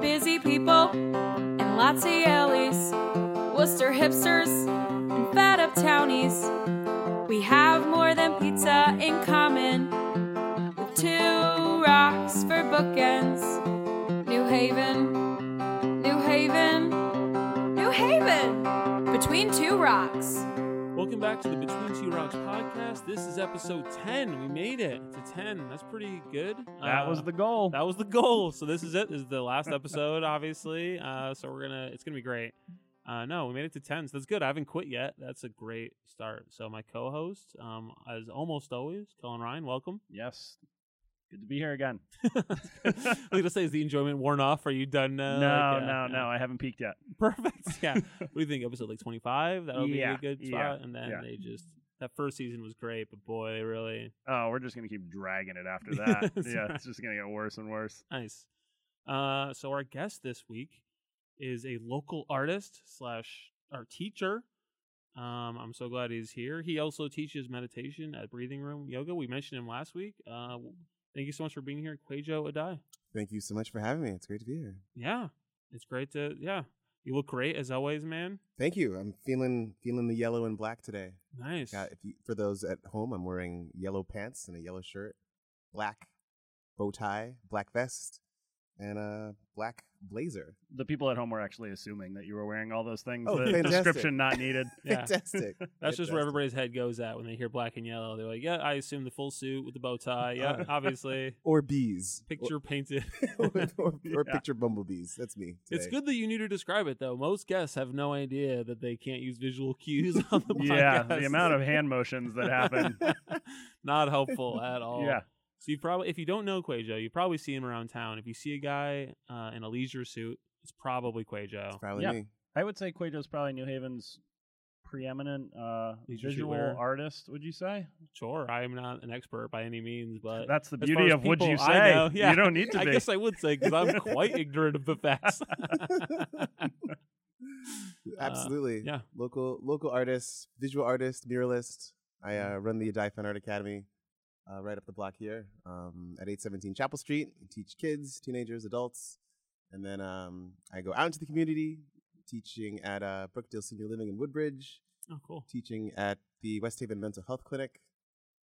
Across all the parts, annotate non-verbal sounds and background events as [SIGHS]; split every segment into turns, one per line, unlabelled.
Busy people and lots of yellies, Worcester hipsters and fat up townies. We have more than pizza in common. With two rocks for bookends. New Haven, New Haven, New Haven! Between two rocks.
Welcome back to the Between Two Rocks podcast. This is episode 10. We made it to 10. That's pretty good.
That
Uh,
was the goal.
that was the goal. So this is it. This is the last episode, obviously. Uh, so we're gonna it's gonna be great. Uh, no, we made it to ten. So that's good. I haven't quit yet. That's a great start. So my co-host, um, as almost always, Colin Ryan, welcome. [LAUGHS]
yes. Good to be here again.
Like to say, is the enjoyment worn off? Are you done? Uh,
no,
like, uh,
no,
uh,
no. I haven't peaked yet.
[LAUGHS] Perfect. [LAUGHS] Yeah. what do you think? Episode like twenty five. That would
Yeah,
be a good spot.
yeah,
and then
yeah.
they just that first season was great, but boy, really
Oh, we're just gonna keep dragging
[LAUGHS]
it after that.
Yes.
yeah, it's just gonna get worse and worse.
Nice. Uh, so our guest this week is a local artist slash our teacher. Um, I'm so glad he's here. He also teaches meditation at Breathing Room Yoga. We mentioned him last week. Uh, w- thank you so much for being here, Kwejo Adai.
Thank you so much for having me. It's great to be here.
Yeah, it's great to yeah. You look great as always, man.
Thank you. I'm feeling feeling the yellow and black today.
Nice.
Got, if you, for those at home, I'm wearing yellow pants and a yellow shirt, black bow tie, black vest, and a black blazer.
The people at home were actually assuming that you were wearing all those things.
Oh,
the
fantastic.
description not
[LAUGHS]
needed.
Yeah.
Fantastic.
That's just
Fantastic.
where everybody's head goes at when they hear black and yellow. They're like, yeah, I assume the full suit with the bow tie.
[LAUGHS]
Yeah,
Oh.
obviously.
Or bees.
Picture painted.
[LAUGHS]
[LAUGHS]
or, or, or
Yeah.
picture bumblebees. That's me.
It's
today.
good that you knew to describe it, though. Most guests have no idea that they can't use visual [LAUGHS] cues on the podcast.
yeah, the amount of hand motions
[LAUGHS]
that happen.
Not helpful at all.
yeah,
So you probably, if you don't know Quajo, you probably see him around town. If you see a guy uh, in a leisure suit, it's probably Quajo.
It's probably
Yeah.
me.
I would say Quajo's probably New Haven's preeminent uh,
Leisure suit
visual
wearer.
artist. Would you say?
Sure, I am not an expert by any means, but
That's the
as far
beauty
as
of would you
people
say.
I know, yeah.
You don't need
[LAUGHS]
to
I
be.
guess I would say because I'm
[LAUGHS]
quite ignorant of the facts. [LAUGHS]
Absolutely.
Uh, yeah.
Local local artist, visual artist, muralist. I
Mm-hmm.
uh, run the Adai Fine Art Academy uh, right up the block here um, at 817 Chapel Street. I teach kids, teenagers, adults. And then um, I go out into the community, teaching at uh, Brookdale Senior Living in Woodbridge,
oh, cool.
teaching at the West Haven Mental Health Clinic.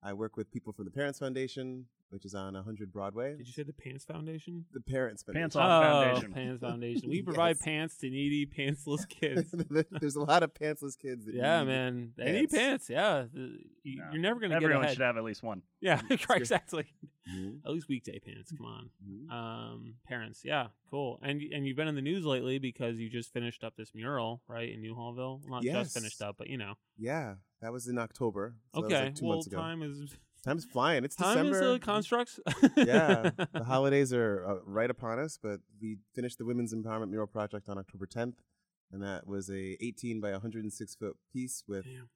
I work with people from the Parents Foundation, which is on 100 Broadway.
Did you say the Pants Foundation?
the Parents Foundation.
Pants off
[LAUGHS]
foundation.
Oh, Pants Foundation. We provide
Yes.
pants to needy,
[LAUGHS]
pantsless kids.
There's a lot of pantsless kids. That
Yeah,
need-
man. Any pants,
pants.
yeah. The- you-
No.
You're never gonna
Everyone
get ahead.
should have at least one.
[LAUGHS] yeah,
good.
exactly.
Mhm,
At least weekday pants. Come on,
mhm.
um, parents. Yeah, cool. And y- and you've been in the news lately because you just finished up this mural, right, in New Hallville. Well, Not just
Yes.
finished up, but you know.
Yeah, that was in October. So that was
okay,
like two
well,
months ago.
time is
Time's flying. It's
time
December.
is uh, a construct. [LAUGHS]
yeah, the holidays are uh, right upon us, but we finished the Women's Empowerment Mural Project on October 10th, and that was a 18 by 106 foot piece with.
Damn.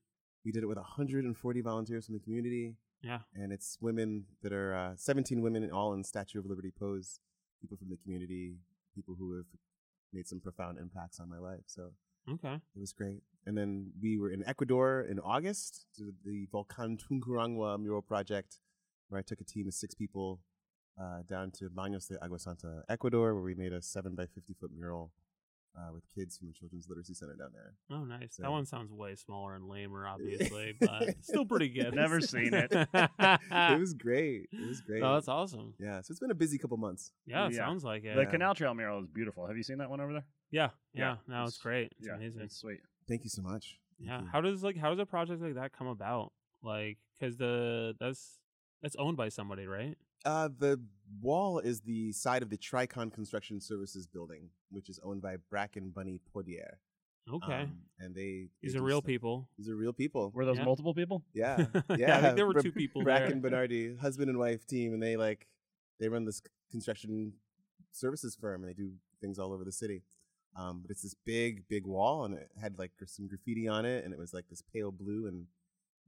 We did it with 140 volunteers from the community.
Yeah.
and it's women that are uh, 17 women, all in Statue of Liberty pose. People from the community, people who have made some profound impacts on my life. So
okay.
it was great. And then we were in Ecuador in August to the Volcan Tungurangua mural project, where I took a team of six people uh, down to Baños de Agua Santa, Ecuador, where we made a seven by 50 foot mural uh, with kids from the Children's Literacy Center down there.
Oh, nice. That
So-
one sounds way smaller and lamer,
[LAUGHS]
obviously, but still pretty good.
Never seen it.
[LAUGHS]
it was great. It was great.
Oh, that's awesome.
yeah, so it's been a busy couple months.
Yeah, it
Yeah.
sounds like it.
The Canal Trail mural is beautiful. Have you seen that one over there?
yeah, yeah.
Yeah,
No, it's
it's-
great. It's
yeah,
amazing.
it's sweet.
Thank you so much. Thank
Yeah.
you.
How does like how does a project like that come about? Like, cause the that's that's owned by somebody, right?
Uh, the wall is the side of the Tricon Construction Services building, which is owned by Bracken Bunny Podier.
Okay.
Um, and they
These
they
are
do
real
stuff-
people. [LAUGHS]
These are real people.
Were those
Yeah.
multiple people?
yeah, yeah.
I think there were
Bra-
two people
Brack
there.
and Bernardi, husband and wife team, and they like they run this construction services firm, and they do things all over the city. Um, but it's this big, big wall, and it had like some graffiti on it, and it was like this pale blue, and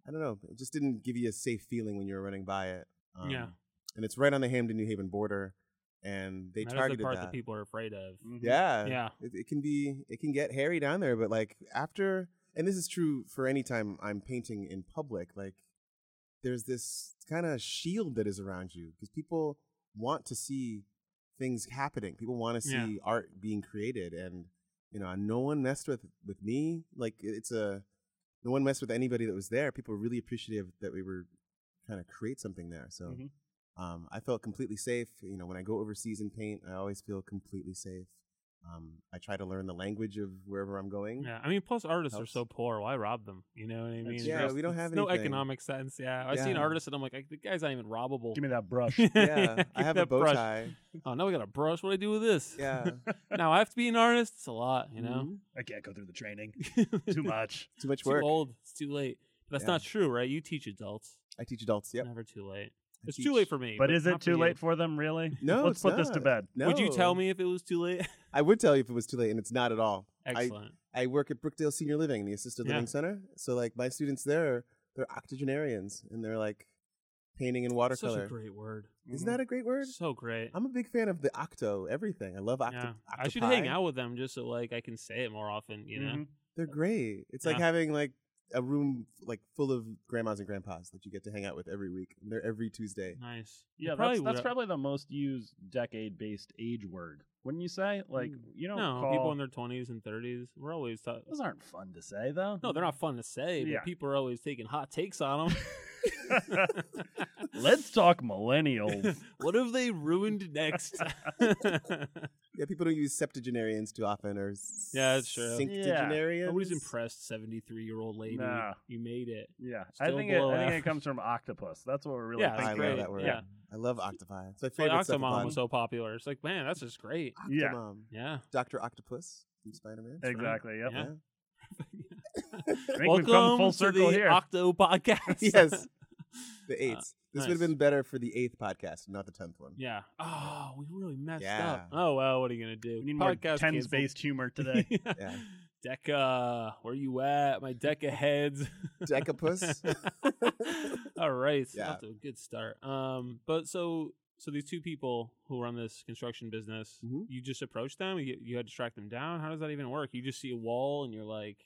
I don't know, it just didn't give you a safe feeling when you were running by it. Um,
Yeah.
and it's right on the Hamden New Haven border, and they
that is
targeted
the part
that.
that people are afraid of.
Mhm.
Yeah.
Yeah.
It, it can be it can get hairy down there, but like after and this is true for any time I'm painting in public, like there's this kind of shield that is around you because people want to see things happening. People want to see
Yeah.
art being created, and you know, no one messed with with me. Like it- it's a no one messed with anybody that was there. People were really appreciative that we were trying to create something there. So.
Mhm.
Mm-hmm.
Um, I felt completely safe. You know, when I go overseas and paint, I always feel completely safe. Um, I try to learn the language of wherever I'm going.
Yeah, I mean, plus artists are
Helps.
so poor. Why rob them? You know what I mean?
That's
Yeah,
There's
we don't have
no
anything.
economic [LAUGHS] sense. Yeah, I see an
Yeah.
artist and I'm like, the guy's not even robbable. [LAUGHS]
Give me that [LAUGHS] brush.
yeah, I
Keep
have a
that
bow
brush.
tie.
Oh, now we got a brush. What do I do with this?
Yeah,
[LAUGHS] now I have to be an artist. It's a lot, you know.
Mhm.
I can't go through the [LAUGHS] training.
[LAUGHS]
Too much.
Mm-hmm. too much
too
work.
old. It's too late. But that's
Yeah.
not true, right? You teach adults.
I teach adults. Yep,
It's never too late.
I
It's
teach-
too late for me.
But is it
not for
too
you.
late for them, really?
No,
Let's
it's
put this to
not.
bed.
Would you
No.
tell me if it was too late? [LAUGHS]
I would tell you if it was too late, and it's not at all.
Excellent.
I work at Brookdale Senior Living, the assisted
Yeah.
living center. So like my students there, they're octogenarians, and they're like painting in
Such a
watercolor.
great Mm-hmm. word.
Isn't that a great word?
So great.
I'm a big fan of the octo everything. I love octo.
yeah. I should hang out with them just so like I can say it more often. You know.
Mhm.
They're great. It's like
Yeah.
having like a room like full of grandmas and grandpas that you get to hang out with every week. And they're every Tuesday.
Nice.
Yeah,
You
that's,
would
that's
have-
probably the most used decade-based age word, wouldn't you say? Like, you don't
No,
call...
people in their twenties and thirties. We're always ta-
Those aren't fun to say, though.
no, they're not fun to say,
Yeah.
but people are always taking hot takes on them.
[LAUGHS] Let's talk millennials.
[LAUGHS] [LAUGHS] what have they ruined next?
[LAUGHS]
[LAUGHS] Nobody's
Yeah, people don't use septuagenarians too often or s-
Mm-hmm. Yeah, that's true.
Sextagenarians.
impressed, seventy-three-year-old lady.
Nah.
You made it.
yeah, I
Still
think it,
below
I think it
average.
comes from octopus. That's what we're really
Yeah,
I
thinking.
great.
love that word.
Yeah.
I love octopi. It's my
It's like
favorite
Octomom
septopod.
was so popular. It's like, man, that's just great.
Yeah.
Octomom.
Yeah.
Doctor Octopus from Spider Man.
right.
Exactly. Yep.
Yeah. [LAUGHS]
I think
Welcome
we've come full
to
circle
the
here.
Octo Podcast.
[LAUGHS] yes. The eighth.
Uh,
this would
nice.
have been better for the eighth podcast, not the tenth one.
[LAUGHS] yeah. Oh, we really messed
Yeah.
up. Oh well, what are you gonna do?
we need more
Podcast
tens-based
[LAUGHS]
humor today.
Yeah.
Deca, where you at? My Deca heads.
Decapus.
[LAUGHS] All right, so
Yeah.
off to a good start. Um, but so so these two people who run this construction business,
Mhm.
you just approach them. You, you had to track them down. How does that even work? You just see a wall and you're like,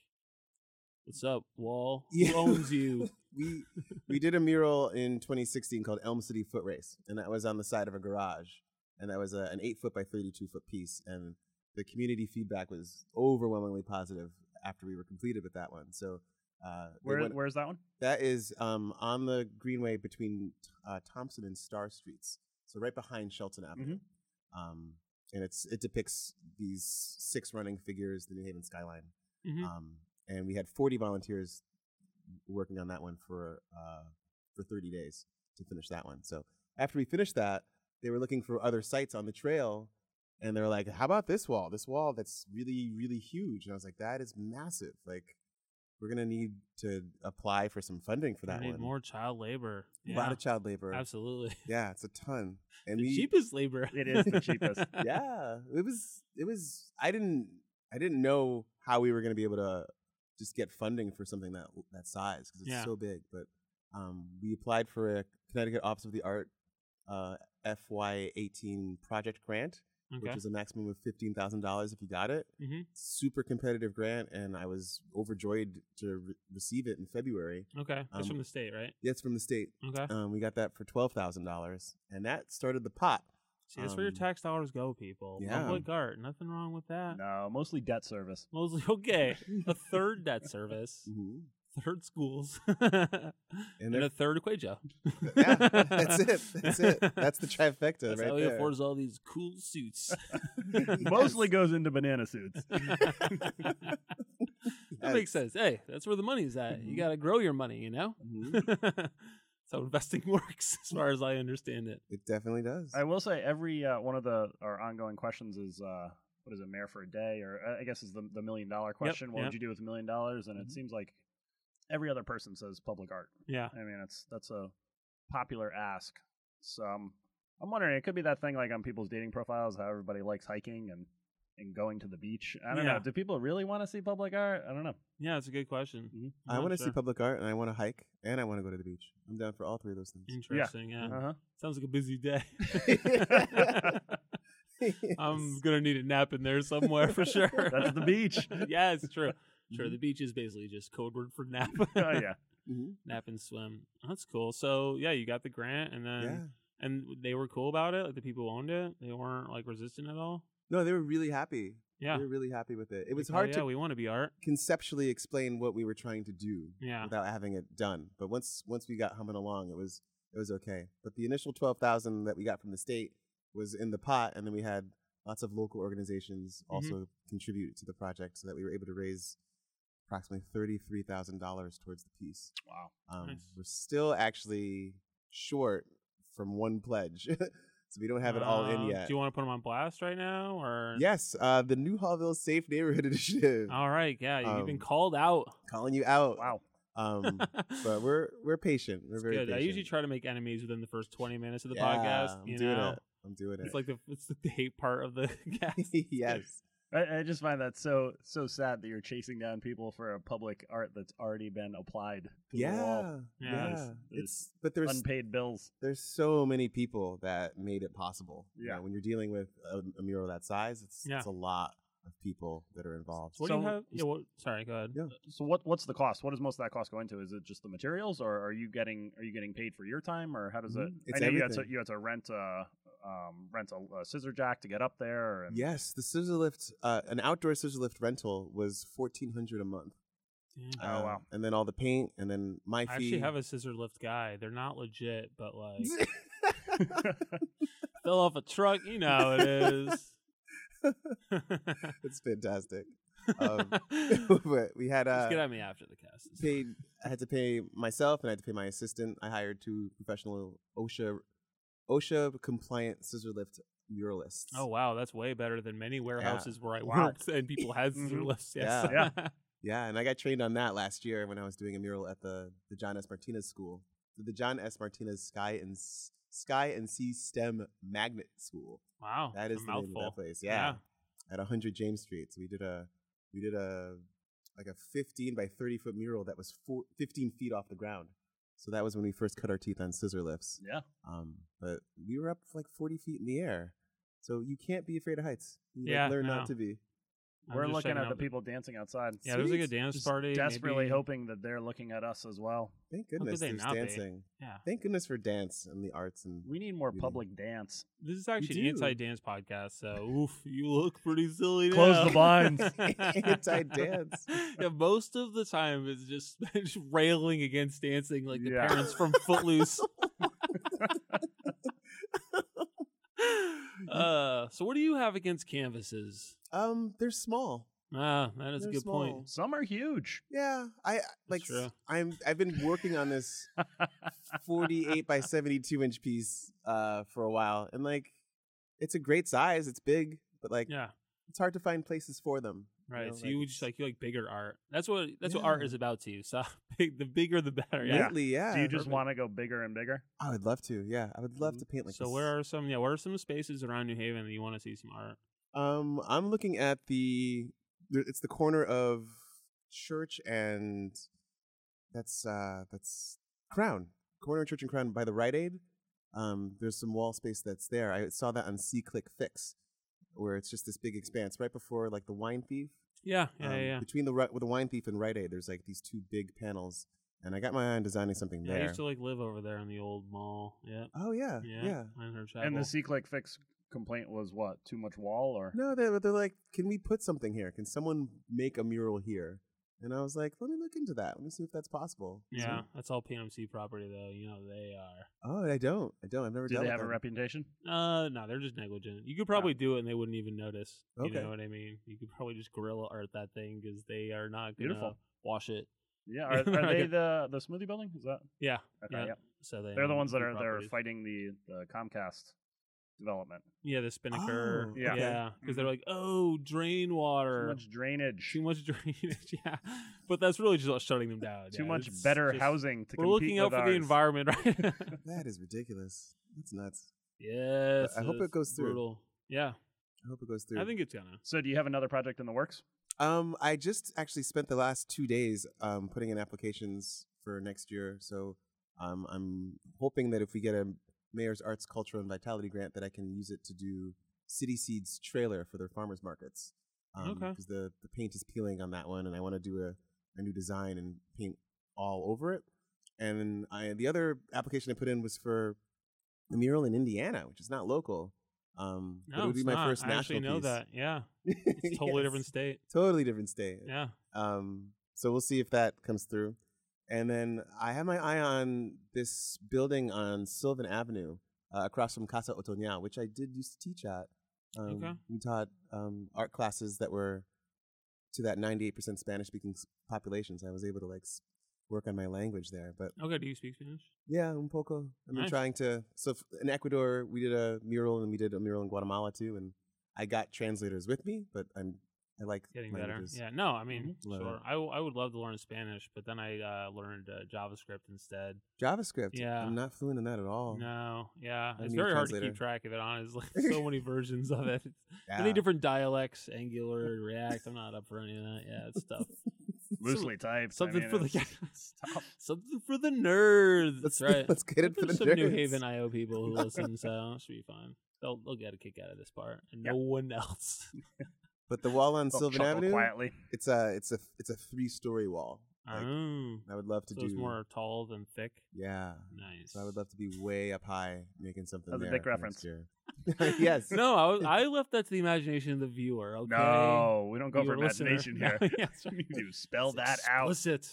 "What's up, wall?
Yeah.
Who owns you?"
we we did a mural in 2016 called Elm City Foot Race, and that was on the side of a garage, and that was a, an eight foot by 32 foot piece, and the community feedback was overwhelmingly positive after we were completed with that one. So. Uh, they
Where,
went-
where's that one?
that is um, on the Greenway between uh, Thompson and Star Streets, so right behind Shelton Avenue.
Mm-hmm.
Um, and it's it depicts these six running figures, the New Haven skyline.
Mhm.
Um, and we had 40 volunteers working on that one for uh, for 30 days to finish that one. So after we finished that, they were looking for other sites on the trail, and they were like, "How about this wall? This wall that's really really huge." And I was like, "That is massive! Like, we're gonna need to apply for some funding [LAUGHS] for
I
that
need
one.
more child labor.
A lot of child labor.
Absolutely, [LAUGHS]
Yeah, it's a ton. And
the
we,
cheapest labor.
It
[LAUGHS]
is the cheapest.
yeah, it was it was I didn't I didn't know how we were going to be able to just get funding for something that that size because it's
Yeah.
so big. But um, we applied for a Connecticut Office of the Art uh, FY18 project grant, which
Okay.
was a maximum of fifteen thousand dollars if you got it.
Mhm.
Super competitive grant, and I was overjoyed to re- receive it in February.
Okay. That's
um,
from the state, right?
It's from the state.
Okay.
Um, we got that for twelve thousand dollars, and that started the pot.
See, that's where your
um,
tax dollars go, people.
yeah.
Public art. Nothing wrong with that.
No, mostly debt service.
Mostly [LAUGHS] okay. A third
[LAUGHS]
debt service,
hmm
third schools, Mm-hmm. [LAUGHS] and,
they're-
a third Equajo.
yeah,
[LAUGHS]
that's it. That's it. That's the trifecta
That's
right
how he
there.
affords all these cool
[LAUGHS]
suits. [LAUGHS]
Mostly goes into banana suits.
that
Yes.
makes sense. Hey, that's where the money's at. You
Mhm.
got to grow your money, you know? [LAUGHS]
Mhm.
that's how investing [LAUGHS] works, as far as I understand it.
It definitely does.
I will say every uh, one of the our ongoing questions is uh, what is it, mayor for a day, or uh, I guess is the the million dollar question. what
yep. Mm-hmm.
would you do with a million dollars? And it
Mhm.
seems like every other person says public art.
Yeah.
I mean, it's that's a popular ask. So I'm, I'm wondering, it could be that thing like on people's dating profiles, how everybody likes hiking and and going to the beach. I don't
Yeah.
know. Do people really want to see public art? I don't know.
Yeah, that's a good question.
Mhm.
I'm
I
not
want to see
sure.
public art, and I want to hike, and I want to go to the beach. I'm down for all three of those things. [LAUGHS]
Interesting. Yeah.
Uh huh.
Sounds like a busy day.
Yes.
[LAUGHS] I'm going to need a nap in there somewhere
[LAUGHS]
for sure. [LAUGHS]
That's the beach.
yeah, it's true. Sure, the beach is basically just code word for nap.
oh yeah.
Mhm.
[LAUGHS] nap and swim. That's cool. So yeah, you got the grant, and then
yeah.
and they were cool about it. Like the people who owned it, they weren't like resistant at all.
No, they were really happy.
Yeah,
They were really happy with it. It was
Like, oh,
hard
yeah,
to
we want to be art.
conceptually explain what we were trying to do
Yeah,
without having it done. But once once we got humming along, it was it was okay. But the initial twelve thousand that we got from the state was in the pot, and then we had lots of local organizations
Mm-hmm.
also contribute to the project, so that we were able to raise approximately thirty three thousand dollars towards the piece.
Wow.
Um,
Nice.
We're still actually short from one pledge, [LAUGHS] so we don't have it all in
Uh,
yet.
Do you want to put them on blast right now, or
Yes, uh, the New Hallville Safe Neighborhood [LAUGHS] Initiative.
All right, yeah, you- you've been
Um,
called out. [LAUGHS]
Calling you out.
Wow.
Um, but we're we're patient. We're
It's
very
good.
patient.
I usually try to make enemies within the first twenty minutes of the
Yeah,
podcast.
I'm
you
doing
know,
it. I'm doing it.
it's [LAUGHS] like the it's the hate part
[LAUGHS]
of the [LAUGHS] cast.
yes.
I, I just find that so so sad that you're chasing down people for a public art that's already been applied to the wall.
Yeah.
Yeah,
Yeah.
it's-
It's but there's
Unpaid bills.
there's so many people that made it possible. You
Yeah.
know, when you're dealing with a, a mural that size, it's
Yeah.
it's a lot of people that are involved.
What do you
So-
have? Yeah, what, sorry, go ahead.
Yeah.
So what what's the cost? What does most of that cost go into? Is it just the materials, or are you getting are you getting paid for your time, or how does
Mhm.
it?
It's
I know you had to
everything.
you had to rent a um, rent a, a scissor jack to get up there. And
Yes, the scissor lift, uh, an outdoor scissor lift rental was fourteen hundred a month. um,
Yeah.
Oh, wow.
And then all the paint, and then my
I
fee.
actually
[LAUGHS]
have a scissor lift guy. They're not legit, but like fell off a truck. You know how it is.
[LAUGHS] it's fantastic. [LAUGHS] Um, but we had
[LAUGHS] Just get
uh,
at me after the cast. It's
paid. I had to pay myself, and I had to pay my assistant. I hired two professional OSHA OSHA compliant scissor lift muralists.
Oh wow, that's way better than many warehouses where I
[LAUGHS] Wow.
worked and people had scissor
Mm-hmm.
Mhm.
lifts. Yes.
Yeah.
Yeah.
Yeah, and I got trained on that last year when I was doing a mural at the, the John S. Martinez School, the John S. Martinez Sky and S- Sky and Sea STEM Magnet School.
[LAUGHS] wow,
That
a
is the name of
mouthful.
that place. Yeah, at 100 James Street. So we did a we did a like a 15 by 30 foot mural that was four, 15 feet off the ground. So that was when we first cut our teeth on scissor lifts.
yeah,
Um, but we were up like 40 feet in the air. So you can't be afraid of heights. You like,
Yeah,
learn
no.
not to be.
I'm
we're
just
looking
checking
at
out
the
the-
people dancing outside.
Yeah, there's like a
Sweet.
dance
Just
party.
desperately
maybe.
hoping that they're looking at us as well.
Thank
could
goodness
they
there's
not be?
dancing.
Yeah.
Thank goodness for dance and the arts and
We need more
We do.
public dance.
This is actually an
do.
anti-dance podcast, so oof, you look pretty silly.
Close
now.
the blinds.
[LAUGHS]
Anti-dance.
Yeah, most of the time it's just, [LAUGHS] just railing against dancing, like the
Yeah.
parents from
[LAUGHS]
Footloose. uh, so what do you have against canvases?
um they're small.
Ah, that is
They're
a good
small.
point.
Some are huge.
Yeah, I I- like
true.
I'm I've been working
[LAUGHS]
on this 48 by 72 inch piece uh for a while and like it's a great size, it's big, but like
Yeah,
it's hard to find places for them. you
right.
know,
so you would
it's-
just like you like bigger art. That's what that's what art
Yeah.
is about to you. So [LAUGHS] big, the bigger the better. Yeah.
lately, yeah.
Do you just
perfect.
want to go bigger and bigger?
I would love to. Yeah, I would love to paint like
Mm-hmm. so
this.
where are some yeah where are some spaces around New Haven that you want to see some art?
Um, I'm looking at the. there- It's the corner of Church and that's uh that's Crown corner of Church and Crown by the Rite Aid. Um, there's some wall space that's there. I saw that on C Click Fix, where it's just this big expanse right before like the Wine Thief.
Yeah, yeah,
Um,
yeah, yeah.
Between the Ri- with the Wine Thief and Rite Aid, there's like these two big panels, and I got my eye on designing something
Yeah, I
there.
used to like live over there in the old mall. Yeah,
oh yeah,
yeah,
yeah.
in her chapel.
And the C click fix complaint was what? Too much wall or
No, they, they're like, can we put something here? Can someone make a mural here? And I was like, let me look into that. Let me see if that's possible. So-
yeah, that's all PMC property though. You know they are.
oh, I don't. I don't. I've never
do
done
they have a
them.
reputation?
Uh, no, they're just negligent. You could probably do it and they wouldn't even notice. You
Okay.
know what I mean? You could probably just gorilla art that thing because they are not gonna
Beautiful.
wash it.
[LAUGHS] Yeah, are,
They're
are they
like-
the the smoothie building? Is that
Yeah,
okay?
Yeah.
yep.
so they
They're the
own
ones that
two
are they're
properties.
fighting the the Comcast development.
Yeah, the Spinnaker.
Oh,
yeah,
okay.
because they're like, oh, drain
Too
water.
much drainage.
too much [LAUGHS] drainage. Yeah, but that's really just shutting them down.
Too
yeah.
much
It's
better
just-
housing to
We're
compete
looking out
with
for the
ours.
environment, right?
[LAUGHS]
That is ridiculous. That's nuts.
yes.
I hope it
it's
goes through.
brutal. Yeah,
I hope it goes through.
I think it's gonna.
So, do you have another project in the works?
[LAUGHS]
Um, I just actually spent the last two days um putting in applications for next year. So, um, I'm hoping that if we get a Mayor's Arts, Culture, and Vitality grant, that I can use it to do City Seeds trailer for their farmers markets. Um,
Okay.
Because the the paint is peeling on that one, and I want to do a a new design and paint all over it. And then I, the other application I put in was for a mural in Indiana, which is not local. Um, but
No,
it would be
it's
my
not.
first
I
national
actually know
piece. [LAUGHS]
that. Yeah, it's totally
Yes.
different state.
Totally different state.
Yeah,
Um, so we'll see if that comes through. And then I have my eye on this building on Sylvan Avenue uh, across from Casa Otoña, which I did used to teach at. Um,
Okay.
We taught um, art classes that were to that 98% Spanish speaking population. So I was able to like s- work on my language there. But
okay. Do you speak Spanish?
yeah, un poco. I've been
Nice.
trying to. So f- in Ecuador, we did a mural and we did a mural in Guatemala too. And I got translators with me, but I'm I like
Getting
languages.
better. Yeah. No, I mean,
Mhm. Love
sure.
it.
I, w- I would love to learn Spanish, but then I uh, learned uh, JavaScript instead.
JavaScript.
Yeah.
I'm not fluent in that at all.
No, yeah,
Oh. I
it's
need a
very hard to keep
translator.
track of it.
[LAUGHS]
Honestly, [LAUGHS] so many versions of it.
Yeah.
Many different dialects, Angular, React. I'm not up for any of that. Yeah,
[LAUGHS]
it's tough.
Loosely typed. I
Something
mean,
for the
[LAUGHS] it's-
something for the nerds.
[LAUGHS] Let's,
right.
let's get it for the
There's some New
nerds.
Haven IO people
[LAUGHS]
who listen, so it should be fine. They'll they'll get a kick out of this part, and no one else. [LAUGHS]
But the wall on
They'll
Sylvan
chuckle
Avenue,
quietly.
it's a it's a it's a three story wall. Like,
oh,
I would love to
so
do
it's more tall than thick.
Yeah.
Nice.
So
[LAUGHS]
I would love [LAUGHS] to be way up high making something.
That was a
there
dick
for
reference.
next
[LAUGHS]
year. [LAUGHS] yes.
no, I, was, I left that to the imagination of the viewer. Okay.
No, we don't go for
Viewer, listener. [LAUGHS]
imagination here. [LAUGHS]
No, yeah, that's
You
right.
need to spell
It's
that out.
explicit.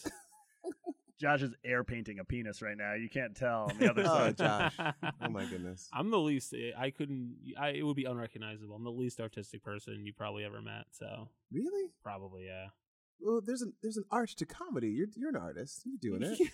Josh is air painting a penis right now. You can't tell on
[LAUGHS]
the other
[LAUGHS] Oh,
side.
Josh. Oh my goodness.
I'm the least. I couldn't. I it would be unrecognizable. I'm the least artistic person you probably ever met. So
Really?
probably yeah.
Well, there's an there's an arch to comedy. You're you're an artist. You're doing it.
[LAUGHS] Yeah,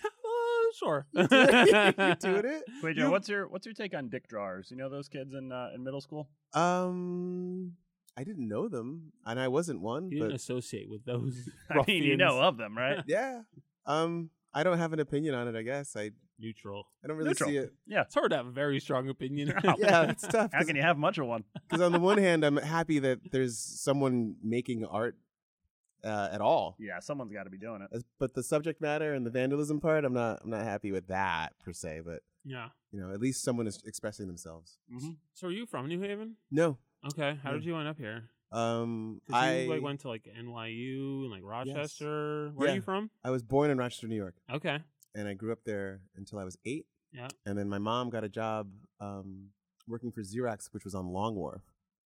uh, sure. [LAUGHS]
You're doing it. [LAUGHS]
Wait,
You-
Joe, what's your what's your take on dick drawers? You know those kids in uh, in middle school? [LAUGHS]
Um, I didn't know them, and I wasn't one.
You
but
didn't associate with
[LAUGHS]
those. [LAUGHS]
I mean, you
ruffians.
know of them, right?
yeah. Um, I don't have an opinion on it. I guess I
neutral. Oh.
I don't really
Neutral.
see it.
Yeah.
It's hard to have a very strong [LAUGHS] opinion.
Yeah, [LAUGHS] it's tough.
How can you have much of one?
Because on the one hand, I'm happy that there's someone making art uh, at all,
Yeah, someone's got to be doing it.
As- but the subject matter and the vandalism part, I'm not I'm not happy with that per se. But
yeah.
you know, at least someone is expressing themselves.
Mm-hmm.
So are you from New Haven?
No,
Okay. How
Yeah.
did you end up here?
um,
'Cause
I
you like went to like NYU and like Rochester. Where are
Yeah.
you from?
I was born in Rochester, New York,
Okay.
and I grew up there until I was eight.
Yeah.
And then my mom got a job um, working for Xerox, which was on Long Wharf.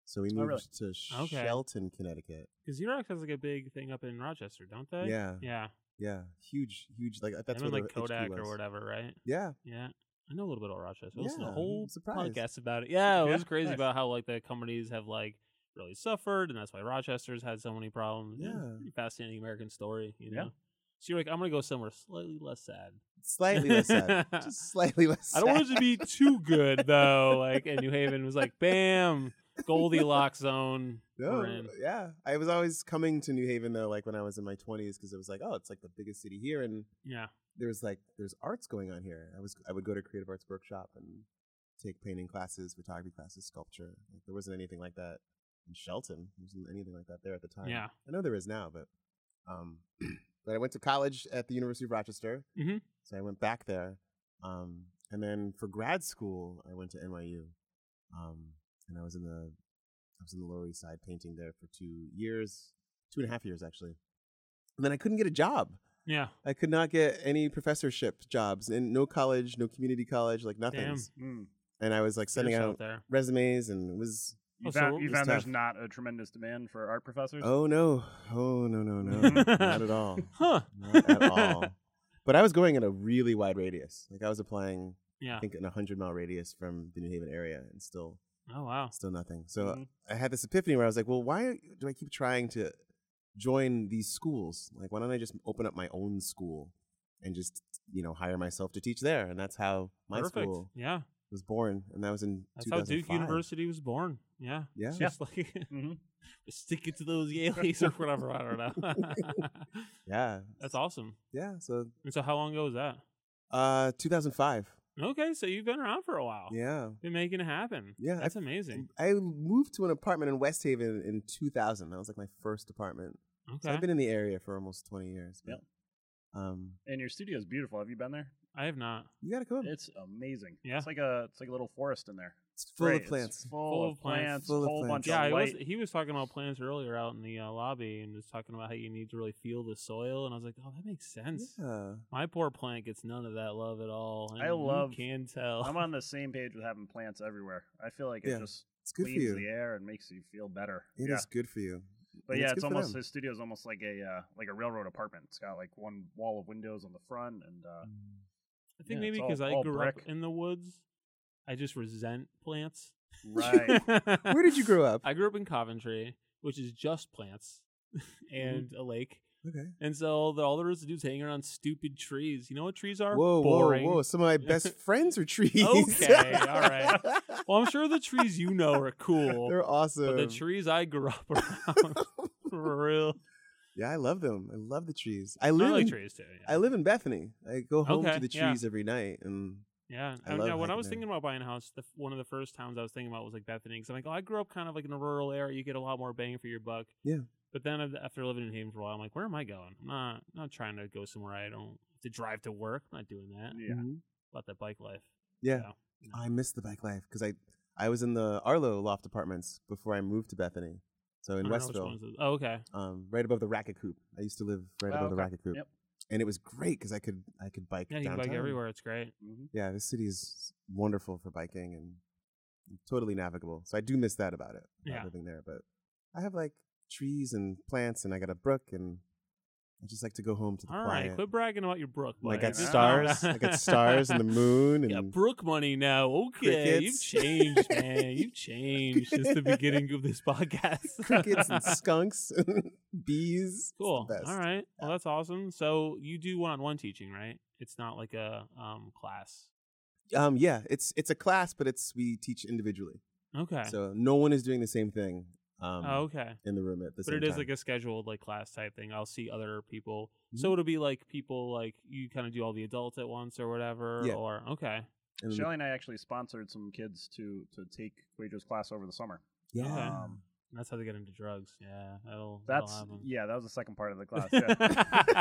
So we
Oh,
moved
really?
to
Okay.
Shelton, Connecticut.
Because Xerox has like a big thing up in Rochester, don't they?
Yeah,
Yeah.
yeah, huge, huge. Like that's
That's
where
and like
the HQ
Kodak
was.
or whatever, right?
Yeah,
Yeah. I know a little bit about Rochester. I listened to a
Yeah,
whole
I'm surprised.
podcast about it. Yeah, it
Yeah,
was crazy
nice.
about how like the companies have like really suffered and that's why Rochester's had so many problems. It's
Yeah.
a pretty fascinating American story, you know.
Yeah.
So you're like, I'm gonna go somewhere slightly less sad.
slightly less sad.
[LAUGHS]
Just slightly less.
I don't want it
sad.
to be too good though. Like and New Haven was like, bam, Goldilocks zone.
[LAUGHS] No,
We're in.
yeah. I was always coming to New Haven though, like when I was in my twenties, because it was like, oh, it's like the biggest city here, and
Yeah.
there's like there's arts going on here. I was I would go to creative arts workshop and take painting classes, photography classes, sculpture. Like, there wasn't anything like that in Shelton. There wasn't anything like that there at the time.
Yeah.
I know there is now, but um, [CLEARS THROAT] but I went to college at the University of Rochester,
Mhm.
so I went back there, um, and then for grad school I went to NYU, um, and I was in the I was in the Lower East Side painting there for two years, two and a half years actually, and then I couldn't get a job.
Yeah.
I could not get any professorship jobs and no college, no community college, like nothing.
Damn.
Mm.
And I was like sending
Fierce
out
out there.
resumes and it was
You
Oh, so
found,
what
you
was
found there's
tough?
not a tremendous demand for art
Hmm.
professors.
oh no, oh no no
[LAUGHS]
no, not at all,
Huh.
not at
[LAUGHS]
all. But I was going in a really wide radius. Like I was applying,
Yeah.
I think, in a hundred mile radius from the New Haven area, and still,
Oh wow.
still nothing. So uh,
Mm-hmm.
Mhm.
I had this epiphany where I was like, well, why do I keep trying to join these schools? Like, why don't I just open up my own school and just, you know, hire myself to teach there? And that's how my
Perfect.
school
Yeah.
was born, and that was in
That's how Duke
2005.
University was born. Yeah. [LAUGHS]
Yeah.
It's just like
Mhm.
stick it to those Yaleys or whatever. I don't know. [LAUGHS]
Yeah,
That's awesome.
yeah. So,
And so, how long ago was that?
uh, 2005.
Okay, so you've been around for a while.
Yeah,
Been making it happen.
Yeah,
That's amazing.
I moved to an apartment in West Haven in 2000. That was like my first apartment. So
Okay.
I've been in the area for almost 20 years. but,
Yep.
Um,
And your studio's beautiful. Have you been there?
I have not.
You gotta come.
It's amazing.
Yeah.
It's like a it's like a little forest in there.
It's full
Great.
of
It's
plants.
full,
Full
of
of plants,
plants.
full of
whole
plants.
bunch
Yeah,
of
he was,
light.
he was talking about plants earlier out in the uh, lobby and was talking about how you need to really feel the soil, and I was like, oh, that makes sense.
Yeah.
My poor plant gets none of that love at all. And
I love-
You can tell.
I'm on the same page with having plants everywhere. I feel like it
Yeah.
just
It's good for
cleans
you.
the air and makes you feel better.
It is
yeah.
good for you.
But
and
yeah,
it's
it's
good for
almost
them.
his studio is almost like a uh, like a railroad apartment. It's got like one wall of windows on the front, and uh,
I think
yeah,
maybe
it's all-
because I
all
grew up
brick.
in the woods, I just resent plants. [LAUGHS]
right,
[LAUGHS] Where did you grow up?
I grew up in Coventry, which is just plants [LAUGHS]
Mm-hmm.
and a lake.
Okay.
And so the, all there is to do is hang around stupid trees. You know what trees are?
Whoa,
Boring.
whoa, whoa! Some of my
[LAUGHS]
best friends are trees.
Okay, all
[LAUGHS]
right. Well, I'm sure the trees you know are cool,
They're awesome.
but the trees I grew up around [LAUGHS] were real.
[LAUGHS] yeah, I love them. I love the trees. I
I
live.
like
in,
trees too. Yeah,
I live in Bethany. I go home
Okay,
to the
yeah.
trees every night, and
yeah.
I
I
love
yeah, when I
hiking
was
there.
thinking about buying a house, the, f- one of the first towns I was thinking about was like Bethany, because I'm like, oh, I grew up kind of like in a rural area. You get a lot more bang for your buck.
Yeah.
But then af- after living in Haven for a while, I'm like, where am I going? I'm not not trying to go somewhere I don't have to drive to work. I'm not doing that.
yeah,
Mhm.
About that bike life.
yeah.
So,
I miss the bike life because I I was in the Arlo loft apartments before I moved to Bethany. So in
I don't know which
Westville,
ones those- Oh, okay.
um, right above the Racket Coop. I used to live right
Oh,
above the
okay.
Racket Coop,
Yep.
and it was great because I could I could bike.
Yeah, you can
downtown.
bike everywhere. It's great.
hmm
Yeah, this city is wonderful for biking and totally navigable. So I do miss that about it, about
Yeah.
living there. But I have like trees and plants, and I got a brook, and I just like to go home to the
All right,
quiet.
quit [LAUGHS] bragging about your brook.
And I
life.
got
It's just-
stars.
[LAUGHS]
I got stars and the moon,
Yeah,
and
Brook money now. Okay,
Crickets.
you've changed,
[LAUGHS]
man. You've changed since the beginning of this [LAUGHS] podcast.
crickets and skunks, [LAUGHS] and bees. It's the
[LAUGHS] cool.
best.
All right. Well, that's awesome. So you do one-on-one teaching, right? It's not like a um class.
Um, yeah, it's it's a class, but it's we teach individually,
Okay.
so no one is doing the same thing. Um,
oh, okay.
in the room at the
But
same
it is
time. Mm-hmm.
like a scheduled like class type thing. I'll see other people. So it'll be like people like you kind of do all the adults at once or whatever.
Yeah.
Or okay.
And then the-
Mm-hmm. Shelly and I actually sponsored some kids to to take Quadro's class over the summer.
yeah,
Um,
And that's how they get into drugs. Yeah. That'll.
that's
that'll happen.
yeah, that was the second part of the class.
[LAUGHS]
Yeah. [LAUGHS]
[LAUGHS]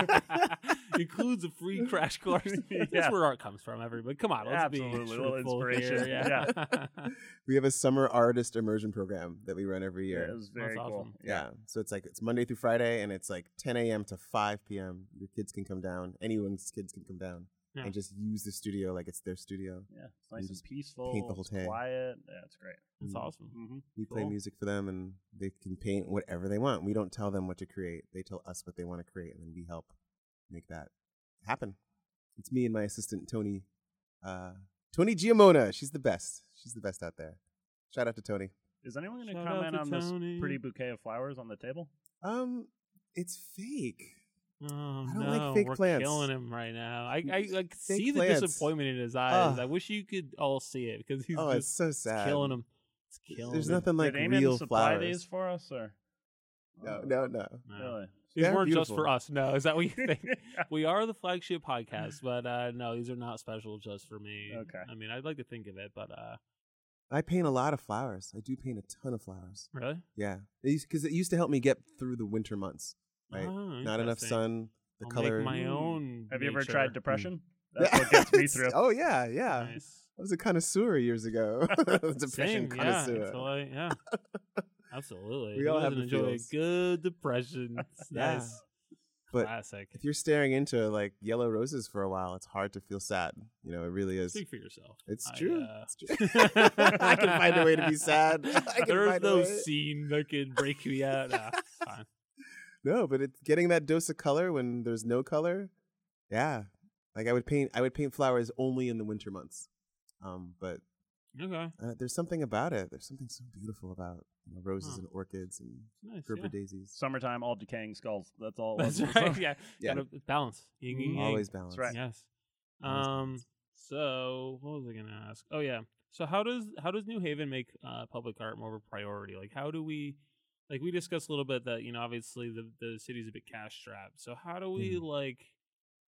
Includes a free crash course.
Yeah.
That's where art comes from, everybody. Come on, let's be
Absolutely, a little
truthful [LAUGHS]
inspiration.
Here. Yeah.
we have a summer artist immersion program that we run every
Yeah,
year.
it was very cool.
awesome.
Yeah. So it's like it's Monday through Friday and it's like 10 a.m. to 5 p.m. Your kids can come down. Anyone's kids can come down
Yeah.
and just use the studio like it's their studio.
Yeah, it's nice and
just
peaceful.
paint the whole
it's
thing.
quiet. Yeah, it's great.
That's
Mm.
awesome.
hmm
We play
Cool.
music for them and they can paint whatever they want. We don't tell them what to create. They tell us what they want to create and then we help make that happen. It's me and my assistant Tony uh Tony Giamona. She's the best. She's the best out there. Shout out to Tony.
Is anyone going to
Shout out
comment
to
on
Tony.
this pretty bouquet of flowers on the table?
Um it's fake.
Oh,
I don't
no,
like fake
we're
plants.
killing him right now. I, I, I could
Fake
see the
plants.
disappointment in his eyes.
Ugh.
I wish you could all see it because he's
oh, it's
just
so
it's
sad.
killing him. It's killing
There's
him.
nothing like
Did Eamon
real
supply
flowers.
these for us? Or?
No,
Oh,
no, no.
No.
Really?
These
They're
weren't just for
beautiful.
us. No, is that what you think?
[LAUGHS]
[LAUGHS]
we are the flagship podcast, but uh, no, these are not special just for me.
Okay.
I mean, I'd like to think of it, but uh,
I paint a lot of flowers. I do paint a ton of flowers.
really,
Yeah, because it used to help me get through the winter months. Right,
Oh,
not enough
interesting.
sun. The
I'll
color.
Make my
Mm.
[LAUGHS]
own.
Have you ever
nature. Hmm.
tried depression?
Yeah.
That's what gets me
[LAUGHS]
It's-
through.
Oh yeah, yeah.
Nice.
[LAUGHS] I was a connoisseur
[LAUGHS]
years ago. [LAUGHS] Depression
Same, Yeah,
connoisseur.
that's all I-
[LAUGHS]
yeah. absolutely.
We
Who
all have
doesn't
the
enjoy a
feels.
good
[LAUGHS]
depression. It's
Yeah.
nice.
But-
Classic.
if you're staring into like yellow roses for a while, it's hard to feel sad. You know, it really is.
Speak for yourself.
It's
I,
true.
uh,
It's true. [LAUGHS] I can find a way to be sad. [LAUGHS] I can
There's
find a
no
way.
scene that can break me out. Nah, it's fine.
No, but it's getting that dose of color when there's no color. Yeah, like I would paint. I would paint flowers only in the winter months. Um, but
Okay.
uh, there's something about it. There's something so beautiful about you know, roses
Huh.
and orchids and
Nice.
purple
yeah.
daisies.
Summertime, all decaying skulls. That's all. it
[LAUGHS]
was
That's
for the
right.
[LAUGHS] summer.
Yeah.
Yeah.
Gotta balance. Yin, yin, yang.
Always balanced.
right.
Yes.
Always
Um.
balanced.
So what was I gonna ask? Oh yeah. So how does how does New Haven make uh, public art more of a priority? Like how do we like we discussed a little bit that you know obviously the the city's a bit cash strapped. So how do we like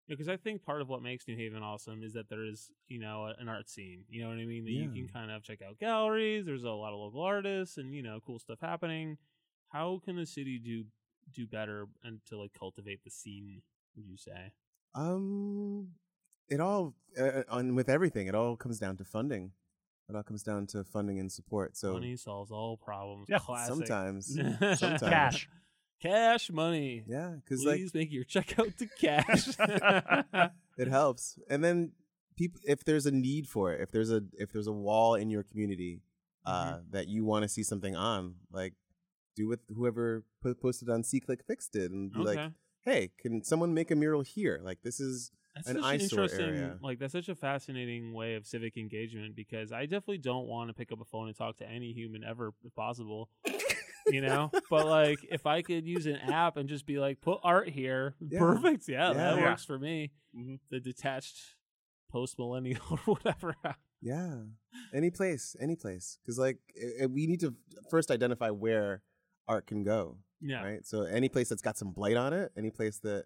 because I think part of what makes New Haven awesome is that there is you know a- an art scene. You know what I mean that you
Yeah.
can kind of check out galleries. There's a lot of local artists and you know cool stuff happening. How can the city do do better and to like cultivate the scene? Would you say?
Um, it all uh, on with everything. It all comes down to funding. It all comes down to funding and support. So
money solves all problems.
Yeah,
Classic. [LAUGHS]
sometimes, sometimes.
Cash.
Cash money.
yeah, because
Please
like
make your checkout to cash.
it helps and then people if there's a need for it if there's a if there's a wall in your community
Mm-hmm.
uh that you want to see something on like do with whoever po- posted on c click fixed it and be like
okay.
hey can someone make a mural here like this is
That's
an
such an
eyesore
interesting,
area.
like that's such a fascinating way of civic engagement because I definitely don't want to pick up a phone and talk to any human ever if possible. you
[LAUGHS]
know, but like if I could use an app and just be like, put art here,
Yeah.
perfect. Yeah, that
Yeah.
works for me.
Mhm.
The detached post millennial [LAUGHS] or whatever.
yeah any place any place because like i- i- we need to first identify where art can go
yeah,
right so any place that's got some blight on it any place that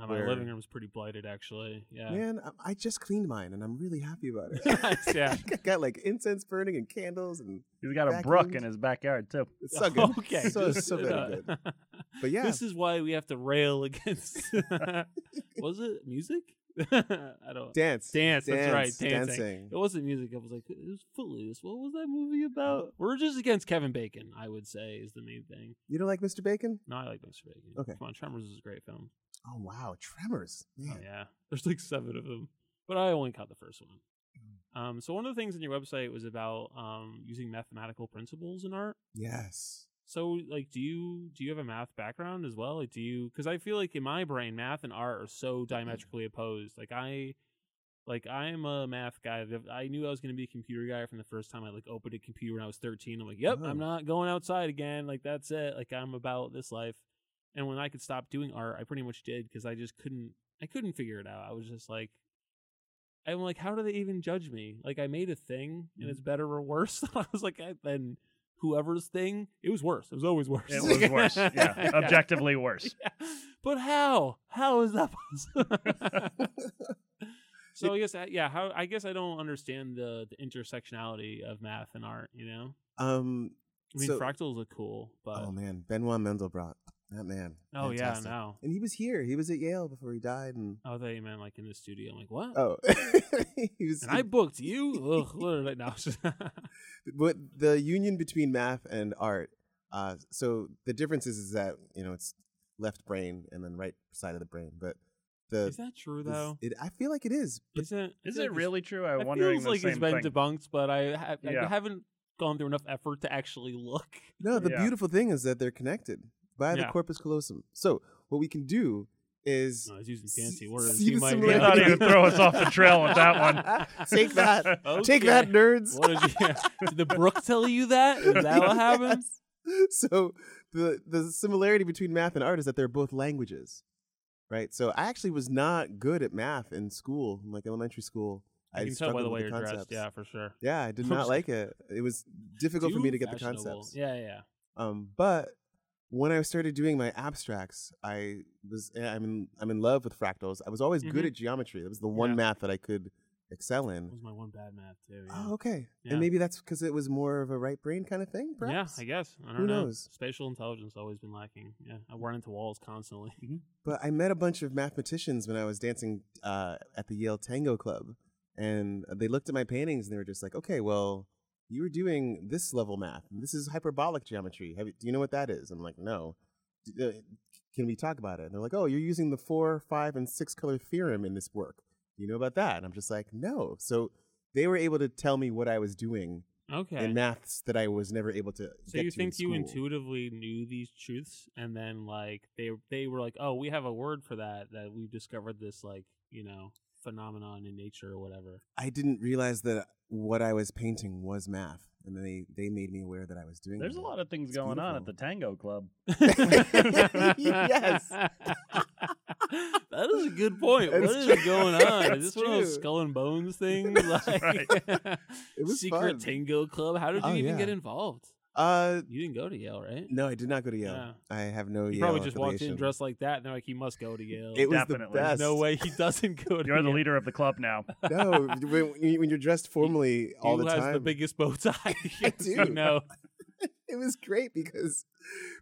Uh, my
Where-
living room's pretty blighted actually. [LAUGHS] Yeah,
man I, I just cleaned mine and i'm really happy about it
[LAUGHS] Nice,
[LAUGHS]
yeah.
got like incense burning and candles and
He's got a
Back
brook
end.
in his backyard
[LAUGHS]
too.
It's so good.
okay,
So,
just,
so very
uh, [LAUGHS]
good. But yeah.
This is why we have to rail against. [LAUGHS] was it music? [LAUGHS] I don't.
dance.
Dance, that's right, dancing.
Dancing.
It wasn't music. I was like, it was Footloose. What was that movie about? We're just against Kevin Bacon, I would say, is the main thing.
You don't like Mr. Bacon?
No, I like Mr. Bacon.
Okay.
Come on, Tremors is a great film.
Oh, wow. Tremors.
Oh,
Man.
yeah. There's like seven of them, but I only caught the first one.
Mm.
Um, so one of the things on your website was about um, using mathematical principles in art.
Yes.
So like, do you do you have a math background as well? Like, do you? Because I feel like in my brain, math and art are so diametrically opposed. Like I, like I'm a math guy. If I knew I was going to be a computer guy from the first time I like opened a computer when I was 13. I'm like, yep,
Oh.
I'm not going outside again. Like that's it. Like I'm about this life. And when I could stop doing art, I pretty much did because I just couldn't. I couldn't figure it out. I was just like. I'm like, how do they even judge me? Like, I made a thing, and
Mm-hmm.
it's better or worse. [LAUGHS] I was like, I, then whoever's thing. It was worse. It was always worse.
It
[LAUGHS]
was worse. Yeah, objectively worse.
Yeah. But how? How is that
[LAUGHS]
possible? [LAUGHS] so I guess I- yeah. How I guess I don't understand the, the intersectionality of math and art. You know,
Um.
I mean
So-
fractals are cool, but
oh
oh,
man, Benoit Mendelbrot. That man.
yeah,
Fantastic.
no.
And he was here. He was at Yale before he
[LAUGHS]
died. And
Oh, they meant like in the studio. I'm like, what?
oh, [LAUGHS] he was.
And I booked you. Ugh, what did I know? [LAUGHS]
but the union between math and art. Uh, so the difference is, is that you know it's left brain and then right side of the brain. But the
is that true
is-
though?
it, I feel like it is.
Is it?
Is
it
it
just-
really true? I'm
It
wondering
feels
the
like
same
it's been
[LAUGHS] thing.
debunked, but I, ha- I
Yeah.
haven't gone through enough effort to actually look.
No, the
Yeah.
beautiful thing is that they're connected by the
Yeah.
corpus callosum. So what we can do is
No, I was using
See-
fancy words.
see
You
the
might
similarity? I thought he would
throw us off the
[LAUGHS]
trail with that
one. [LAUGHS]
take that, [LAUGHS] take
Okay.
that, nerds.
What did, you, did the brook tell you that? Is that
[LAUGHS]
what happened?
So the the similarity between math and art is that they're both languages, right? So I actually was not good at math in school, in like elementary school. I
you can tell by
struggled
the way you're
with the concepts.
dressed. Yeah, for sure.
Yeah,
[LAUGHS]
I did
I'm
not
just-
like it. It was difficult for
Too
me to get the
fashionable.
concepts.
Yeah, yeah.
Um, but when I started doing my abstracts, I was eh, I'm in, I'm in love with fractals. I was always good
Mhm.
at geometry. That was the one
Yeah.
math that I could excel
That
in.
was my one bad math too. Yeah,
Oh, okay.
Yeah.
And maybe that's because it was more of a right brain kind of thing.
Yeah,
Perhaps?
I guess. I don't
Who
know.
knows?
Spatial intelligence has always been lacking. Yeah, I run into walls constantly.
But I met a bunch of mathematicians when I was dancing uh, at the Yale Tango Club, and they looked at my paintings and they were just like, "Okay, well, you were doing this level math. and This is hyperbolic geometry. Have you, do you know what that is?" I'm like, "No." "D- uh, Can we talk about it? And they're like, "Oh, you're using the four, five, and six color theorem in this work. Do you know about that?" And I'm just like, "No." So they were able to tell me what I was doing
Okay.
in maths that I was never able to.
so
get
you
to in
think you
school.
intuitively knew these truths, and then like they they were like, oh, we have a word for that that we've discovered this like you know phenomenon in nature or
[LAUGHS]
whatever.
I didn't realize that what I was painting was math, and then they they made me aware that I was doing.
There's a lot of things
It's
going on at the
beautiful.
[LAUGHS]
Tango Club.
Yes.
That is a good point. What
It's
is
true. [LAUGHS]
going on? Is
It's
this one of those
true.
skull and
[LAUGHS]
bones things?
That's
Like
right.
It was
secret
fun.
tango club. How did you
Oh,
even
yeah.
get involved?
Uh,
You didn't go to Yale, right?
no, Oh, I did not go to Yale.
Yeah.
I have no.
You
Yale
probably just walked in
affiliation.
dressed like that, and they're like, "He must go to Yale."
It was
Definitely.
the best.
no way he doesn't go to.
You're the
Yale.
leader of the club
[LAUGHS]
now.
no, when, when you- when you're dressed formally all
Who
the
has
time,
the biggest bow tie? [LAUGHS] Yes, You
do.
know.
[LAUGHS] it was great because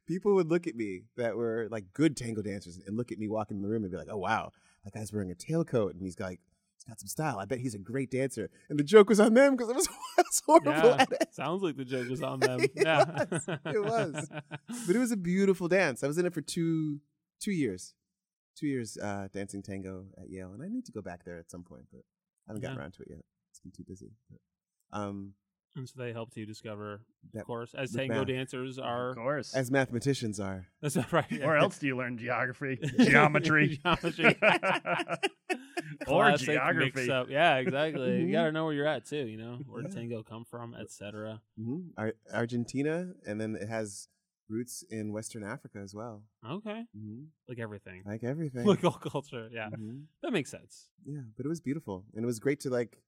people would look at me that were like good tango dancers and look at me walking in the room and be like, "Oh wow, that guy's wearing a tailcoat and he's got, like He's got some style. I bet he's a great dancer. And the joke was on them because it was, [LAUGHS] it was horrible
Yeah.
at it.
Sounds like the joke was on them.
[LAUGHS] It
yeah.
was. It was. But it was a beautiful dance. I was in it for two two years, two years uh, dancing tango at Yale, and I need to go back there at some point, but I haven't gotten
Yeah.
around to it yet. It's been too busy. But, um,
[LAUGHS] and so they helped you discover, of
That-
course, as
the
tango
math.
dancers
of
are. [LAUGHS]
course.
as mathematicians are,
That's not right. yeah.
Where
[LAUGHS]
else do you learn geography, geometry?
[LAUGHS]
Geometry. [LAUGHS]
Or
Classic
geography.
mix-up.
[LAUGHS]
Yeah, exactly. You
Mhm.
got to know where you're at too. You know where
Yeah.
tango come from, etc.
Mhm. Ar- Argentina, and then it has roots in Western Africa as well,
Okay,
Mhm.
like everything, [LAUGHS]
like everything.
like all culture. Yeah,
Mhm.
that makes sense.
yeah but it was beautiful and it was great to like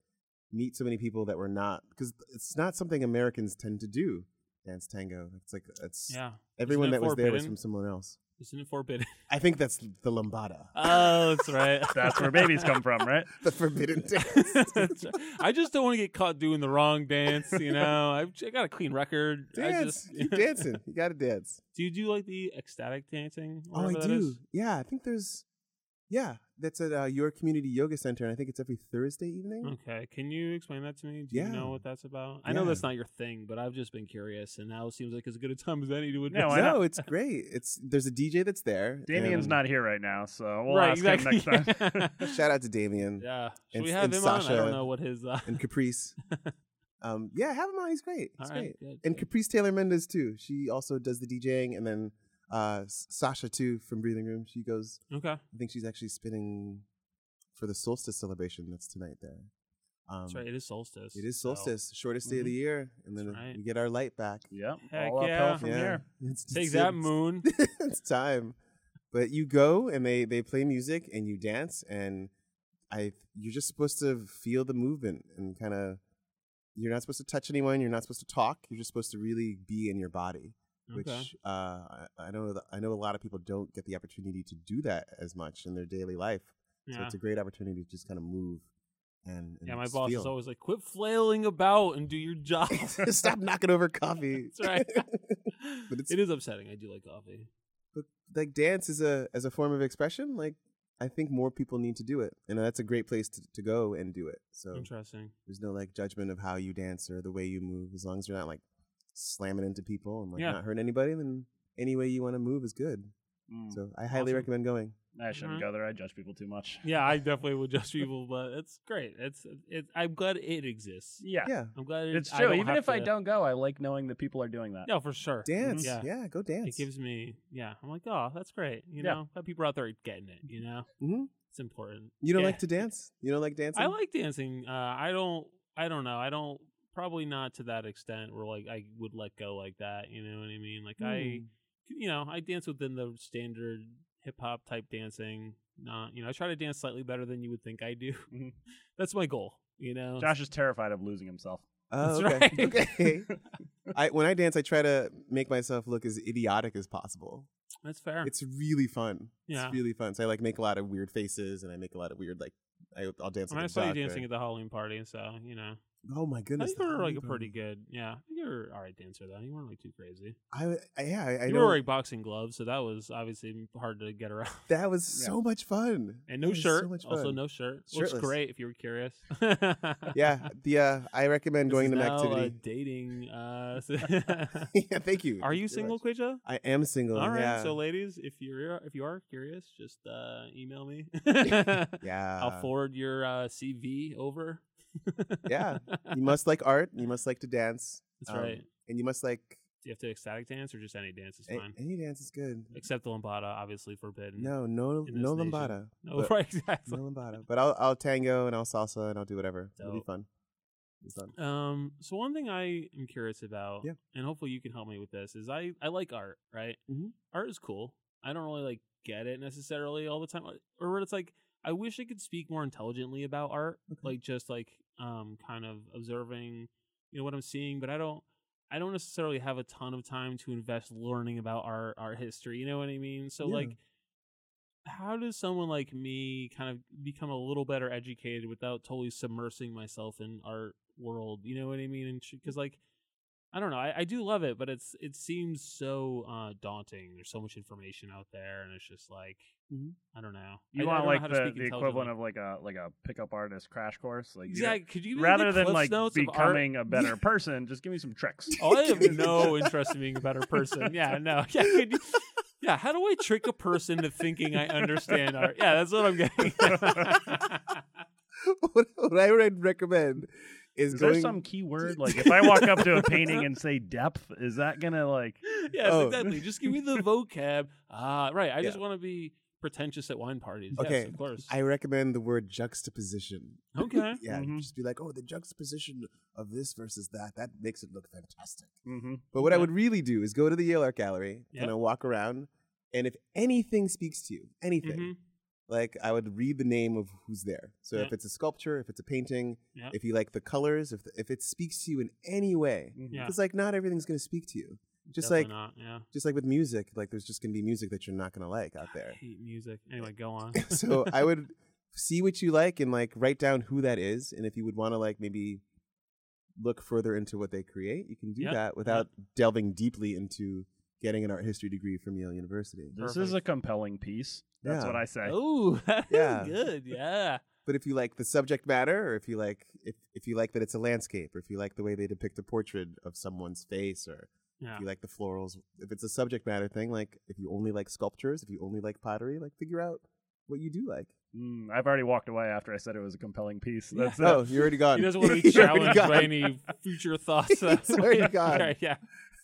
meet so many people that were not because it's not something americans tend to do dance tango it's like it's
Yeah,
everyone
Isn't it
that was there was
forbidden?
from someone else
isn't it
[LAUGHS]
forbidden? [LAUGHS]
i think that's the lambada
Oh, that's right.
That's where babies come
[LAUGHS]
from, right?
[LAUGHS] the [LAUGHS] forbidden dance
That's right. [LAUGHS] I just don't want to get caught doing the wrong dance. You know, I, I got a clean record. I
dance
just-
keep dancing you gotta
[LAUGHS]
dance
Do you do like the ecstatic dancing? or
oh i
whatever that is?
do yeah i think there's yeah that's at uh, your community yoga center and i think it's every thursday evening
Okay, can you explain that to me? Do you
Yeah.
know what that's about? I know
Yeah.
that's not your thing, but I've just been curious, and now it seems like as good a time as any to
No,
address.
why not?
no it's great it's there's a dj that's
[LAUGHS]
there
Damien's
and-
not here right now, so we'll
right,
ask
exactly.
him
[LAUGHS]
next time.
[LAUGHS] shout out to damien
yeah, should
And-
we have
and
him on? I don't
Sasha
know what his. Uh, [LAUGHS]
and Caprice. um, yeah, have him on. He's great.
all
He's
right,
great.
good,
And
good.
Caprice Taylor Mendez too. She also does the DJing, and then uh, S- Sasha too from Breathing Room. She goes.
okay,
I think she's actually spinning for the solstice celebration that's tonight there. Um,
that's right. It is solstice.
It is
so- mm-hmm.
solstice, shortest day of the year, and then
That's right.
we get our light back.
Yep.
Heck
all
yeah.
uphill from
Yeah.
here.
[LAUGHS] It's,
Take
it's-
that,
it's- [LAUGHS]
moon.
it's time. But you go and they they play music and you dance and I you're just supposed to feel the movement and kind of you're not supposed to touch anyone. You're not supposed to talk. You're just supposed to really be in your body, which
Okay.
uh, I, I know that, I know a lot of people don't get the opportunity to do that as much in their daily life. So
Yeah.
it's a great opportunity to just kind of move and, and
Yeah, my
just
boss is
feel.
always like, "Quit flailing about and do your job."
[LAUGHS] stop knocking over coffee.
That's right.
But it's-
it is upsetting. I do like coffee.
[LAUGHS] like dance is a as a form of expression like i think more people need to do it and that's a great place to, to go and do it so
Interesting.
there's no like judgment of how you dance or the way you move as long as you're not like slamming into people and like
Yeah.
not hurting anybody then any way you want to move is good
Hmm.
Mm,
so i highly
Awesome.
recommend going
I shouldn't
Mhm.
go there. I judge people too much.
Yeah, I definitely would judge people, but it's great. It's it, I'm glad it exists.
Yeah.
yeah
I'm glad it,
It's
I
true.
don't
Even
have
if I
to-
don't go, I like knowing that people are doing that.
no, for sure,
dance
Yeah.
yeah, go dance
it gives me. Yeah, I'm like, oh, that's great. You
Yeah.
know, that people out there are getting it. You know,
Mhm.
it's important.
you don't
Yeah.
like to dance you don't like dancing
I like dancing. Uh, I don't. I don't know. I don't. Probably not to that extent where like I would let go like that. You know what I mean? Like I, you know, I dance within the standard hip hop type dancing. Not, you know, I try to dance slightly better than you would think I do.
Mm-hmm.
Mhm.
[LAUGHS] That's my goal. You know,
Josh is terrified of losing himself.
oh
that's
okay
right.
okay
[LAUGHS]
I, when i dance i try to make myself look as idiotic as possible
that's fair.
It's really fun.
Yeah.
It's really fun. So I like make a lot of weird faces and I make a lot of weird like I, I'll dance.
I mean,
like
I
a
saw you
doctor.
dancing at the Halloween party, so you know.
Oh my
I
goodness!
think
the
you were like a
Halloween
pretty
party.
good, yeah. I think you were all right dancer though. You weren't like too crazy.
I, I yeah I, I
you
know
were wearing boxing gloves, so that was obviously hard to get around. [LAUGHS]
that was
Yeah.
so much fun
And
That
no
was
shirt,
So much
also
fun.
no [LAUGHS] shirt.
Shirtless.
Looks great if you were curious. [LAUGHS]
Yeah, the uh, I recommend going to
This
an
is now, uh,
activity.
dating.
[LAUGHS]
Uh, [LAUGHS]
yeah, thank you.
are
Thank
you
very
single,
much.
Quaja?
I am single.
All right,
yeah.
so ladies, if you're if you are curious, just uh, email
[LAUGHS]
me. [LAUGHS]
yeah.
I'll forward your uh, CV over. [LAUGHS]
Yeah. You must like art. You must like to dance.
that's
um,
right.
And you must like
Do you have to ecstatic dance or just any dance is
a-
fine?
any dance is good.
Except the lambada, obviously forbidden.
No, no,
in this
no
nation.
lambada.
no, [LAUGHS]
but-
right, exactly.
No lambada. But I'll I'll tango and I'll salsa and I'll do whatever. It'll be
Dope.
fun. It'll be fun.
Um, so one thing I am curious about,
Yeah.
and hopefully you can help me with this, is I I like art, right?
Mhm.
Art is cool. I don't really like get it necessarily all the time, or what it's like. I wish I could speak more intelligently about art,
Okay.
like just like um kind of observing, you know what I'm seeing, but I don't. I don't necessarily have a ton of time to invest learning about art, art history. You know what I mean? So
Yeah.
like, how does someone like me kind of become a little better educated without totally submersing myself in art world you know what i mean because like I don't know. I, I do love it, but it's it seems so uh, daunting. There's so much information out there, and it's just like I don't know.
Mm-hmm. You
I, I
want
don't know
like
how to
the,
speak
the equivalent
intelligently.
of like a like a pickup artist crash course, like you don't-
exactly. Could you give me the
rather than
Cliff's
like
notes of art?
becoming a better person, just give me some tricks.
Oh, [LAUGHS] I have
[LAUGHS]
no interest in being a better person. Yeah, no. [LAUGHS] Yeah, could you- yeah. How do I trick a person to thinking I understand art? Yeah, that's what I'm getting. [LAUGHS]
[LAUGHS] what, what I would recommend is,
Is
going.
there some
[LAUGHS]
key word? Like if I walk up to a painting and say depth, is that gonna like
yes,
Oh.
exactly. Just give me the vocab. Ah, right. I just
Yeah.
want to be pretentious at wine parties.
Okay,
Yes, of course.
I recommend the word juxtaposition. [LAUGHS]
okay.
Yeah, you
Mhm.
just be like, oh, the juxtaposition of this versus that. That makes it look fantastic.
mhm.
But what I
Okay.
would really do is go to the Yale Art Gallery,
Yep.
kind of walk around, and if anything speaks to you, anything,
hmm
like I would read the name of who's there. So
Yeah.
if it's a sculpture, if it's a painting,
Yeah.
if you like the colors, if if it speaks to you in any way,
Mhm.
Yeah.
because like not everything's gonna speak to you. Just
Definitely
like
not. Yeah.
just like with music, like there's just gonna be music that you're not gonna like out
I
there.
hate music. Anyway, go
[LAUGHS]
on. [LAUGHS]
so I would see what you like and like write down who that is, and if you would want to like maybe look further into what they create, you can do
Yeah,
that without delving deeply into getting an art history degree from Yale University.
This is a compelling piece. That's
Yeah.
what I say.
[LAUGHS] Oh,
Yeah.
good. Yeah.
But if you like the subject matter, or if you like if if you like that it's a landscape, or if you like the way they depict a portrait of someone's face, or
Yeah.
if you like the florals, if it's a subject matter thing, like if you only like sculptures, if you only like pottery, like figure out what you do like.
Mm, I've already walked away after I said it was a compelling piece. That's
[LAUGHS] Oh,
it.
you're already gone.
He doesn't want to be
[LAUGHS] You're already
challenged
gone.
by any future
[LAUGHS]
thoughts. That's
He's already
why-
gone.
Right, yeah.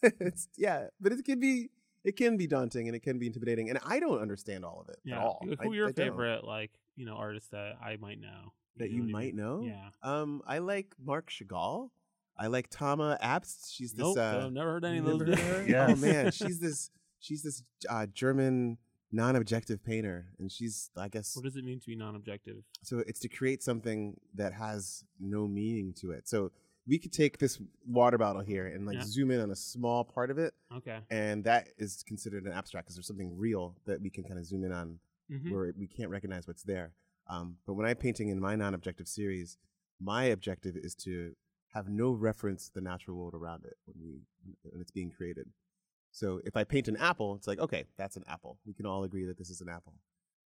it's yeah, but it can be it can be daunting and it can be intimidating, and I don't understand all of it
[LAUGHS] yeah.
at all.
Who
I-
are your
I don't.
favorite, like, you know, artists that I might know?
that
know
you
what I
might
mean?
know?
Yeah.
Um, I like Mark Chagall. I like Tama Abst. She's this.
Nope.
uh,
I've never heard any
you
of those.
never
[LAUGHS]
[LAUGHS] heard of her?
names.
Yeah.
Oh man, she's this. She's this uh, German non-objective painter, and she's I guess
What does it mean to be non-objective?
so it's to create something that has no meaning to it. So we could take this water bottle here and like
Yeah.
zoom in on a small part of it,
Okay.
and that is considered an abstract because there's something real that we can kind of zoom in on
Mhm.
where we can't recognize what's there. Um, but when I'm painting in my non-objective series, my objective is to have no reference to the natural world around it when we when it's being created. So if I paint an apple, it's like okay, that's an apple. We can all agree that this is an apple.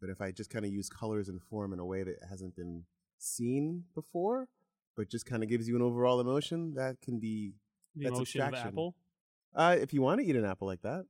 But if I just kind of use colors and form in a way that hasn't been seen before, but just kind of gives you an overall emotion, that can be
The
that's
emotion of
abstraction.
apple.
uh, if you want to eat an apple like that.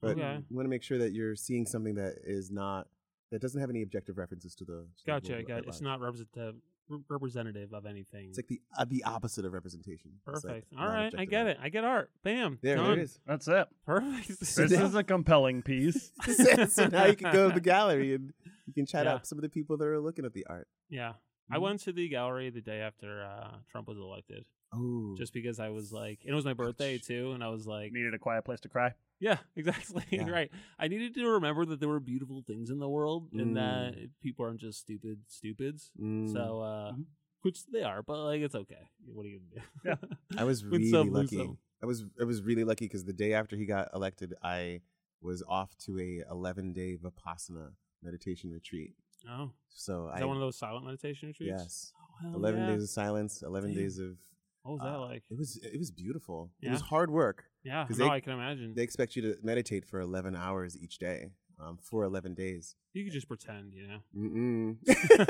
But
Okay.
you want to make sure that you're seeing something that is not that doesn't have any objective references to the. to the
Gotcha.
world
got-
at
it's
large.
not representative re- representative of anything.
It's like the uh, the opposite of representation. It's like
Perfect. All right, I
non-objective
get
art.
it. I get art. Bam.
There, there
done.
it is.
That's it.
Perfect. [LAUGHS]
So
This
now-
is a compelling piece.
[LAUGHS] so now you can go to the gallery and you can chat
Yeah.
up some of the people that are looking at the art.
yeah. I
Mhm.
went to the gallery the day after uh, Trump was elected,
Oh,
just because I was like, and it was my birthday too, and I was like,
Needed a quiet place to cry.
[LAUGHS] yeah, exactly, [LAUGHS]
Yeah.
right. I needed to remember that there were beautiful things in the world, and that people aren't just stupid stupids.
Mm.
So, uh,
Mhm.
which they are, but like it's okay. What are you gonna do?
I was
Win
really
some, lose
lucky.
some.
I was I was really lucky because the day after he got elected, I was off to a 11 day vipassana meditation retreat.
[LAUGHS] oh,
So
is
I
that one of those silent meditation retreats?
yes,
Oh, hell
11
yeah.
days of silence, 11
Damn.
days of
What was that
uh,
like?
It was it was beautiful. It
Yeah?
was hard work.
Yeah,
'cause
no,
they-
I can imagine.
They expect you to meditate for 11 hours each day um, for 11 days.
you could just pretend, you know.
Mm-mm. [LAUGHS]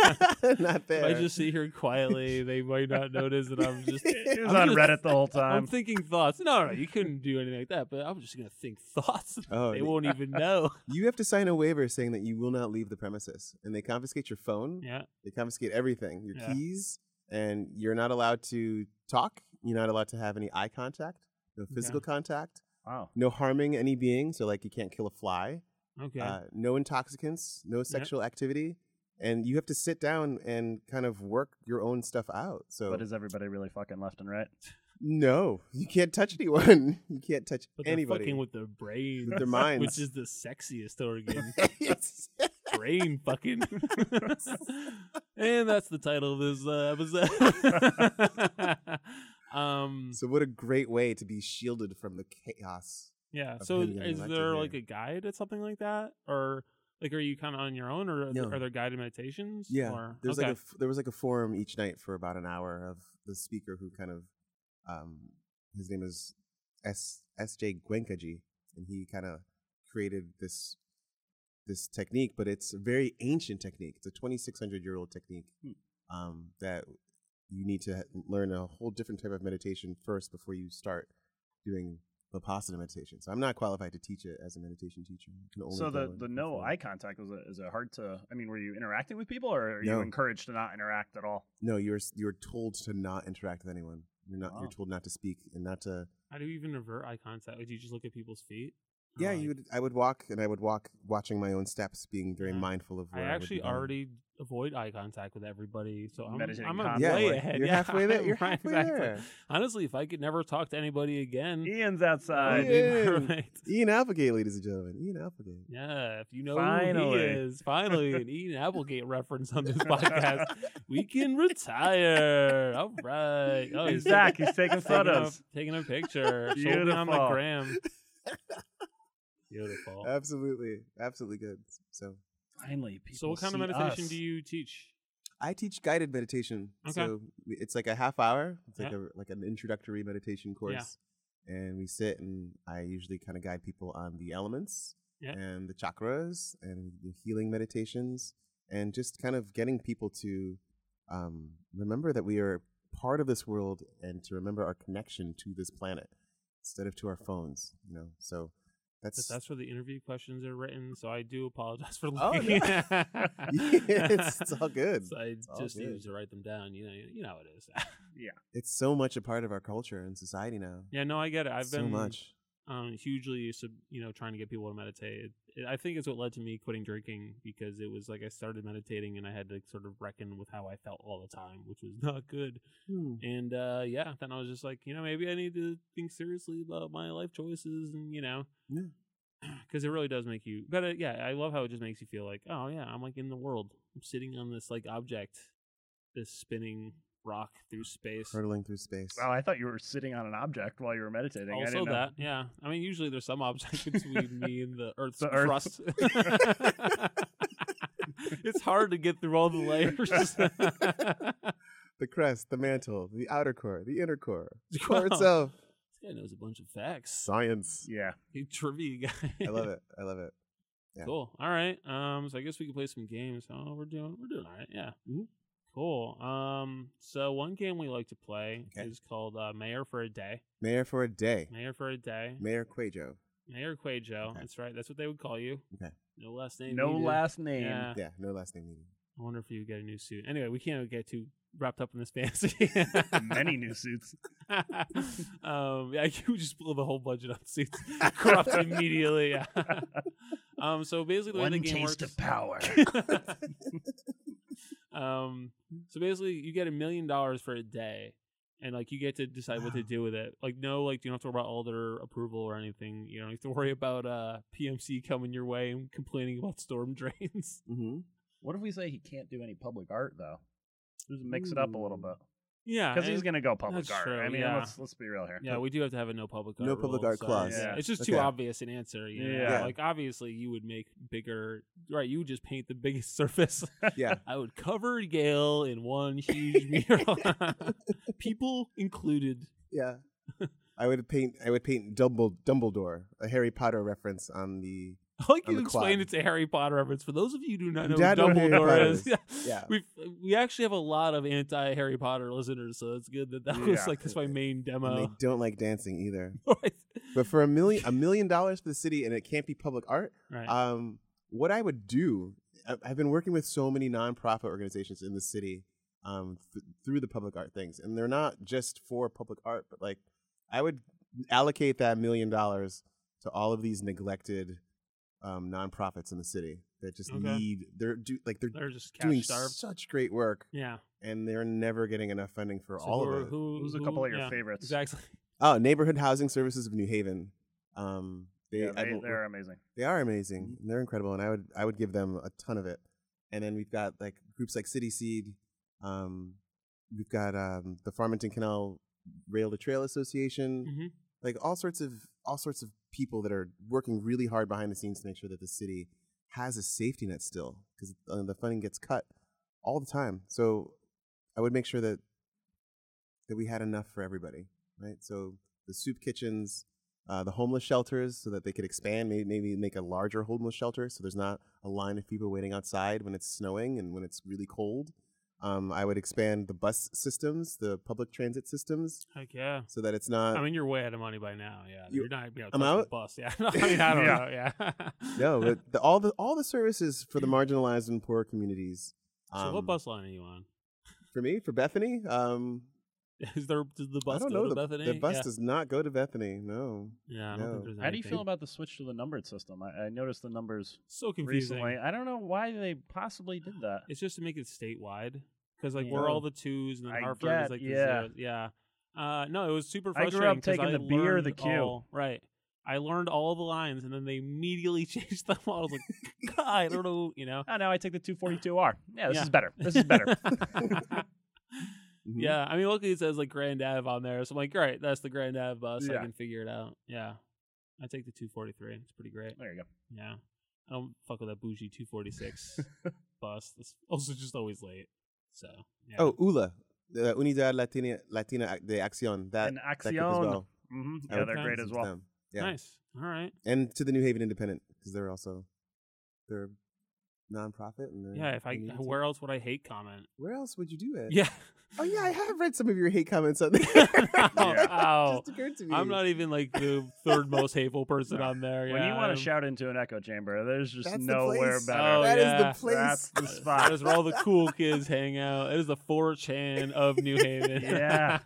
Not there.
If I just sit here quietly, they might not notice that [LAUGHS]
[LAUGHS]
I'm just.
It was
I'm
on
just-
Reddit the whole
I'm
Um,
time.
thinking thoughts. No, no, you couldn't do anything like that. But I'm just gonna think thoughts. [LAUGHS]
oh,
They won't even
[LAUGHS]
know.
you have to sign a waiver saying that you will not leave the premises, and they confiscate your phone.
Yeah.
They confiscate everything, your
Yeah.
keys, and you're not allowed to talk. You're not allowed to have any eye contact, no physical contact,
Wow.
no harming any being. So like you can't kill a fly.
Okay.
uh, no intoxicants, no sexual activity, and you have to sit down and kind of work your own stuff out. So
But is everybody really fucking left and right?
no, [LAUGHS] you can't touch anyone. [LAUGHS] You can't touch
but they're
anybody
fucking
[LAUGHS]
with their brains,
with their
[LAUGHS]
minds.
which is the sexiest
[LAUGHS]
organ.
It's-
[LAUGHS] Hmm. Brain
[LAUGHS]
fucking. [LAUGHS] and that's the title of this uh, episode. [LAUGHS] um.
so what a great way to be shielded from the chaos.
Yeah.
of
So
him getting
is
elected
there like
here.
a guide at something like that, or like are you kind of on your own, or are,
No.
there, are there guided meditations?
Yeah,
Or,
there's
okay.
like a f- there was like a forum each night for about an hour of the speaker who kind of, um, his name is S S J Gwenkaji, and he kind of created this this technique, but it's a very ancient technique. It's a 2,600 year old technique
Hmm.
um, that you need to learn a whole different type of meditation first before you start doing Vipassana meditation. So I'm not qualified to teach it as a meditation teacher. I can only
So the,
go
the
and
no
perform.
eye contact was a, is a hard to. I mean, were you interacting with people, or are
No.
you encouraged to not interact at all?
no, you're s- you're told to not interact with anyone. You're not.
Wow.
You're told not to speak and not to.
How do you even avert eye contact? Like, do you just look at people's feet? Or,
Yeah,
like-
you would. I would walk, and I would walk, watching my own steps, being very
Yeah.
mindful of.
Mm. I
Where would be
actually
going.
already avoid eye contact with everybody, so I'm
Meditating
I'm a way
constantly.
Yeah, like,
ahead.
you're
yeah, [LAUGHS]
halfway there. You're
right,
halfway
exactly.
there.
Honestly, if I could never talk to anybody again,
Ian's
that
outside.
would be [LAUGHS]
Yeah.
perfect.
Ian Applegate, ladies and gentlemen. Ian Applegate.
Yeah, if you know
Finally.
who he is, finally an Ian Applegate reference
[LAUGHS]
on this podcast, we can retire. All right. Oh,
And
he's
Zach, he's
taking
taking
a,
photos.
taking a
[LAUGHS]
picture, showing it on the
Beautiful. [LAUGHS]
gram. Beautiful.
Uh, Absolutely, absolutely good. So
Finally, people.
so, what kind of
see
meditation
us.
do you teach?
I teach guided meditation.
Okay.
So we- it's like a half hour. It's like
Yeah.
a like an introductory meditation course. And we sit and I usually kind of guide people on the elements
Yeah.
and the chakras and the healing meditations and just kind of getting people to um, remember that we are part of this world and to remember our connection to this planet instead of to our phones, you know. So
But
that's,
that's where the interview questions are written, so I do apologize for
no.
looking.
Oh,
[LAUGHS]
it's, it's all good.
So I
all
just
good.
used to write them down. You know, you know how it is. [LAUGHS]
It's so much a part of our culture and society now.
yeah, no, I get it. I've
so
been
much.
um, hugely, sub, you know, trying to get people to meditate. It, I think it's what led to me quitting drinking because it was like I started meditating and I had to sort of reckon with how I felt all the time, which was not good. And uh, yeah, then I was just like, you know, maybe I need to think seriously about my life choices, and you know, [CLEARS THROAT]
Yeah.
because it really does make you. But uh, yeah, I love how it just makes you feel like, oh yeah, I'm like in the world. I'm sitting on this like object, this spinning rock through space.
Hurtling through space.
Wow, I thought you were sitting on an object while you were meditating. I
Also
didn't know.
that, yeah. I mean, usually there's some object [LAUGHS] between me and the Earth's
The Earth. [LAUGHS]
crust. [LAUGHS] it's hard to get through all the [LAUGHS]
[LAUGHS]
layers.
the crest, the mantle, the outer core, the inner core, the
Wow.
core itself.
This guy knows a bunch of facts.
Science.
Yeah.
Big trivia guy.
[LAUGHS] I love it. I love it. Yeah.
Cool. All right. Um. So I guess we can play some games. Oh, we're doing we're doing all right. Yeah.
Mm-hmm.
Cool. Um. So one game we like to play
Okay.
is called uh, Mayor for a Day.
Mayor for a day.
Mayor for a Day.
Mayor Quajo.
Mayor Quajo.
Okay.
That's right. That's what they would call you.
Okay.
No last name.
No
needed.
last name.
Yeah.
Yeah, no last name needed.
I wonder if you get a new suit. Anyway, we can't get too wrapped up in this
[LAUGHS]
fantasy.
[LAUGHS]
[LAUGHS]
Many new suits.
um, yeah, [LAUGHS] you just blow the whole budget on suits. Corrupt immediately. [LAUGHS] um. So basically, the way the game works.
power.
[LAUGHS] um, so basically, you get a million dollars for a day, and like you get to decide what to
Wow.
do with it. Like, no, like you don't have to worry about elder approval or anything. You don't have to worry about uh PMC coming your way and complaining about storm [LAUGHS] drains.
Mm-hmm.
what if we say he can't do any public art though? Just mix it up a little bit
yeah,
because he's
and-
gonna go public
that's
art.
true,
I mean,
yeah.
let's let's be real here.
Yeah, we do have to have a no public art
No public
rule,
art
so
clause.
yeah.
Yeah.
It's just too
Okay.
obvious an answer. You know?
Yeah.
Like obviously you would make bigger right, you would just paint the biggest [LAUGHS] surface.
Yeah.
I would cover Yale in one huge mural. [LAUGHS] People included.
Yeah. I would paint I would paint Dumbled- Dumbledore, a Harry Potter reference on the
I like
On
you
the
explained
quad.
it to Harry Potter reference. For those of you who do not know
Dad
who
knows who Harry
Dumbledore
Potter
is,
is. Yeah.
[LAUGHS] we we actually have a lot of anti Harry Potter listeners, so it's good that that was
Yeah.
like that's my main
and they
demo.
don't like dancing either.
[LAUGHS] right.
But for a million a million dollars for the city and it can't be public art, um, what I would do, I- I've been working with so many nonprofit organizations in the city um, th- through the public art things, and they're not just for public art, but like I would allocate that million dollars to all of these neglected um, nonprofits in the city that just
Okay.
need they're do like they're,
They're just cash
doing
starved.
such great work,
yeah.
and they're never getting enough funding for
So
all
who,
of
are-
it.
Who,
Who's a
who-
couple of your
yeah,
favorites?
Exactly. [LAUGHS]
Oh, Neighborhood Housing Services of New Haven. Um, they,
Yeah,
I-
they, they're amazing.
They are amazing. They're incredible, and I would I would give them a ton of it. And then we've got like groups like City Seed. Um, we've got um, the Farmington Canal Rail to Trail Association.
Mhm.
Like all sorts of all sorts of people that are working really hard behind the scenes to make sure that the city has a safety net still because uh, the funding gets cut all the time. So I would make sure that that we had enough for everybody, right? So the soup kitchens, uh, the homeless shelters, so that they could expand, maybe, maybe make a larger homeless shelter, so there's not a line of people waiting outside when it's snowing and when it's really cold. Um, I would expand the bus systems, the public transit systems,
Heck yeah.
so that it's not.
I mean, you're way out of money by now. Yeah,
Uh, You-
you, are not. You know,
I'm
touching
out?
the Bus. Yeah. [LAUGHS] I mean, I don't
Yeah.
know. Yeah.
[LAUGHS]
[LAUGHS]
no, but the, all the all the services for the marginalized and poor communities.
so
um,
what bus line are you on? [LAUGHS]
For me, for Bethany, um,
Is there does the bus
I don't
go
know.
to
the,
Bethany?
the bus
yeah.
does not go to Bethany. No.
Yeah. I don't
no.
think there's
How do you
anything.
feel about the switch to the numbered system? I, I noticed the numbers
So confusing.
recently. I don't know why they possibly did that.
It's just to make it statewide because like
Yeah.
we're all the twos and then
I
Hartford
get-
is like the
yeah.
zeros. Yeah. Uh, no, it was super
I grew up
frustrating. 'cause
taking
I
the B or
learned
the Q.
all- right. I learned all the lines and then they immediately [LAUGHS] changed them all. I was like, God, I don't know, you know.
Oh, now I take
[SIGHS]
the 242R. Yeah, this
Yeah.
is better. This
[LAUGHS]
is better. [LAUGHS]
Mhm.
Yeah, I mean, luckily it says like Grand Ave on there, so I'm like, all right, that's the Grand Ave bus. I
Yeah.
can figure it out. Yeah, I take the 243. It's pretty great.
there you go.
Yeah, I don't fuck with that bougie 246 bus. It's also just always late. So yeah.
Oh, ULA, the Unidad Latina Latina Ac- de Acción. That,
and
that
Axion.
group as well.
hmm
I
Yeah,
would
they're
Okay.
put
great as
into
well.
them. Yeah.
nice. All right.
And to the New Haven Independent because they're also they're nonprofit and they're
Yeah. If I
they need to-
where else would I hate comment?
where else would you do it?
Yeah.
Oh yeah, I have read some of your hate comments
[LAUGHS]
on there. [LAUGHS]
Ow.
Just occurred to me.
I'm not even like the third most hateful person on there.
when you
yeah,
want
I'm-
to shout into an echo chamber, there's just
That's the
nowhere
place.
better.
Oh,
That is
yeah.
the place.
That's the
That [LAUGHS]
spot.
is where all the cool kids hang out. It is the 4chan of New Haven.
Yeah.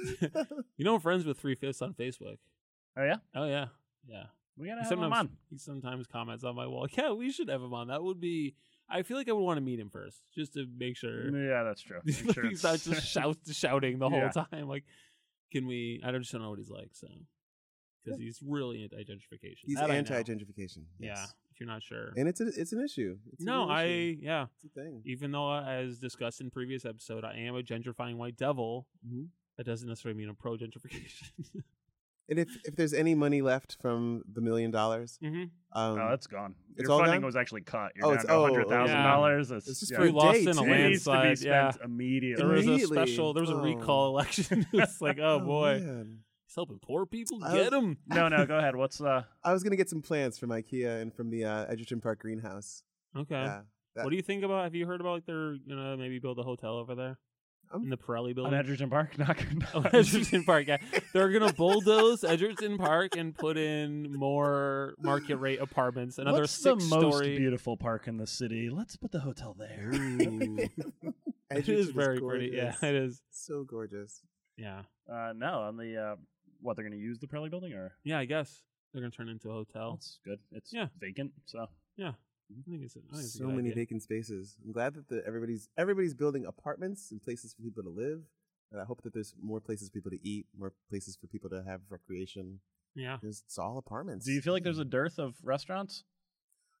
[LAUGHS] you know, I'm friends with Three Fifths on Facebook.
Oh, yeah?
Oh, yeah. Yeah.
We
He
gotta have
sometimes,
them on.
he sometimes comments on my wall. [LAUGHS] Yeah, we should have him on. That would be. I feel like I would want to meet him first just to make sure.
Yeah, that's true. Make
Like,
sure
[LAUGHS] he's not
it's-
just
[LAUGHS]
shout, shouting the whole
Yeah.
time. Like, can we? I don't just don't know what he's like. So, because he's really anti-gentrification.
He's
That I know.
anti-gentrification.
Yeah,
yes.
if you're not sure.
And it's a, it's an issue. It's a
no,
real
I
issue.
yeah.
It's a thing.
Even though, I- as discussed in previous episode, I am a gentrifying white devil.
Mhm.
That doesn't necessarily mean I'm pro gentrification. [LAUGHS]
And if if there's any money left from the million dollars,
mm-hmm.
um,
Oh, it's gone.
it's
Your
all
funding
gone?
was actually cut. You're
Oh,
down
it's-
to
oh,
$100,000. It's,
It's just
yeah.
for a
We lost
day,
in a
too.
it needs to be
landslide. Yeah,
spent immediately.
there was a
Immediately.
special. There was a
Oh.
recall election. [LAUGHS] it's like,
[LAUGHS]
oh, boy,
man.
he's helping poor people.
I
Get him.
no, no, go ahead. What's uh?
I was gonna get some plants from IKEA and from the uh, Edgerton Park greenhouse.
Okay.
Yeah, that-
What do you think about? Have you heard about like they're gonna maybe build a hotel over there
Um,
in the Pirelli [LAUGHS]
On
building?
Edgerton Park? [LAUGHS] Knock,
[LAUGHS] Oh,
knock.
[LAUGHS] Edgerton Park. Yeah, they're gonna bulldoze Edgerton Park and put in more market rate apartments. Another
What's the
six
most
story. [LAUGHS]
beautiful park in the city? Let's put the hotel there.
it
Edgerton
is very pretty. Yeah, [LAUGHS]
gorgeous.
it is.
so gorgeous.
Yeah,
Uh, no, on the uh, what they're going to use the Pirelli building or
yeah. I guess they're gonna turn it into a hotel.
that's good. It's
Oh. Yeah.
vacant, so
I think it's, I think it's a
So
good
many
idea.
vacant spaces. I'm glad that the, everybody's everybody's building apartments and places for people to live. And I hope that there's more places for people to eat, more places for people to have recreation.
Yeah.
It's, it's all apartments.
do you feel like there's a dearth of restaurants?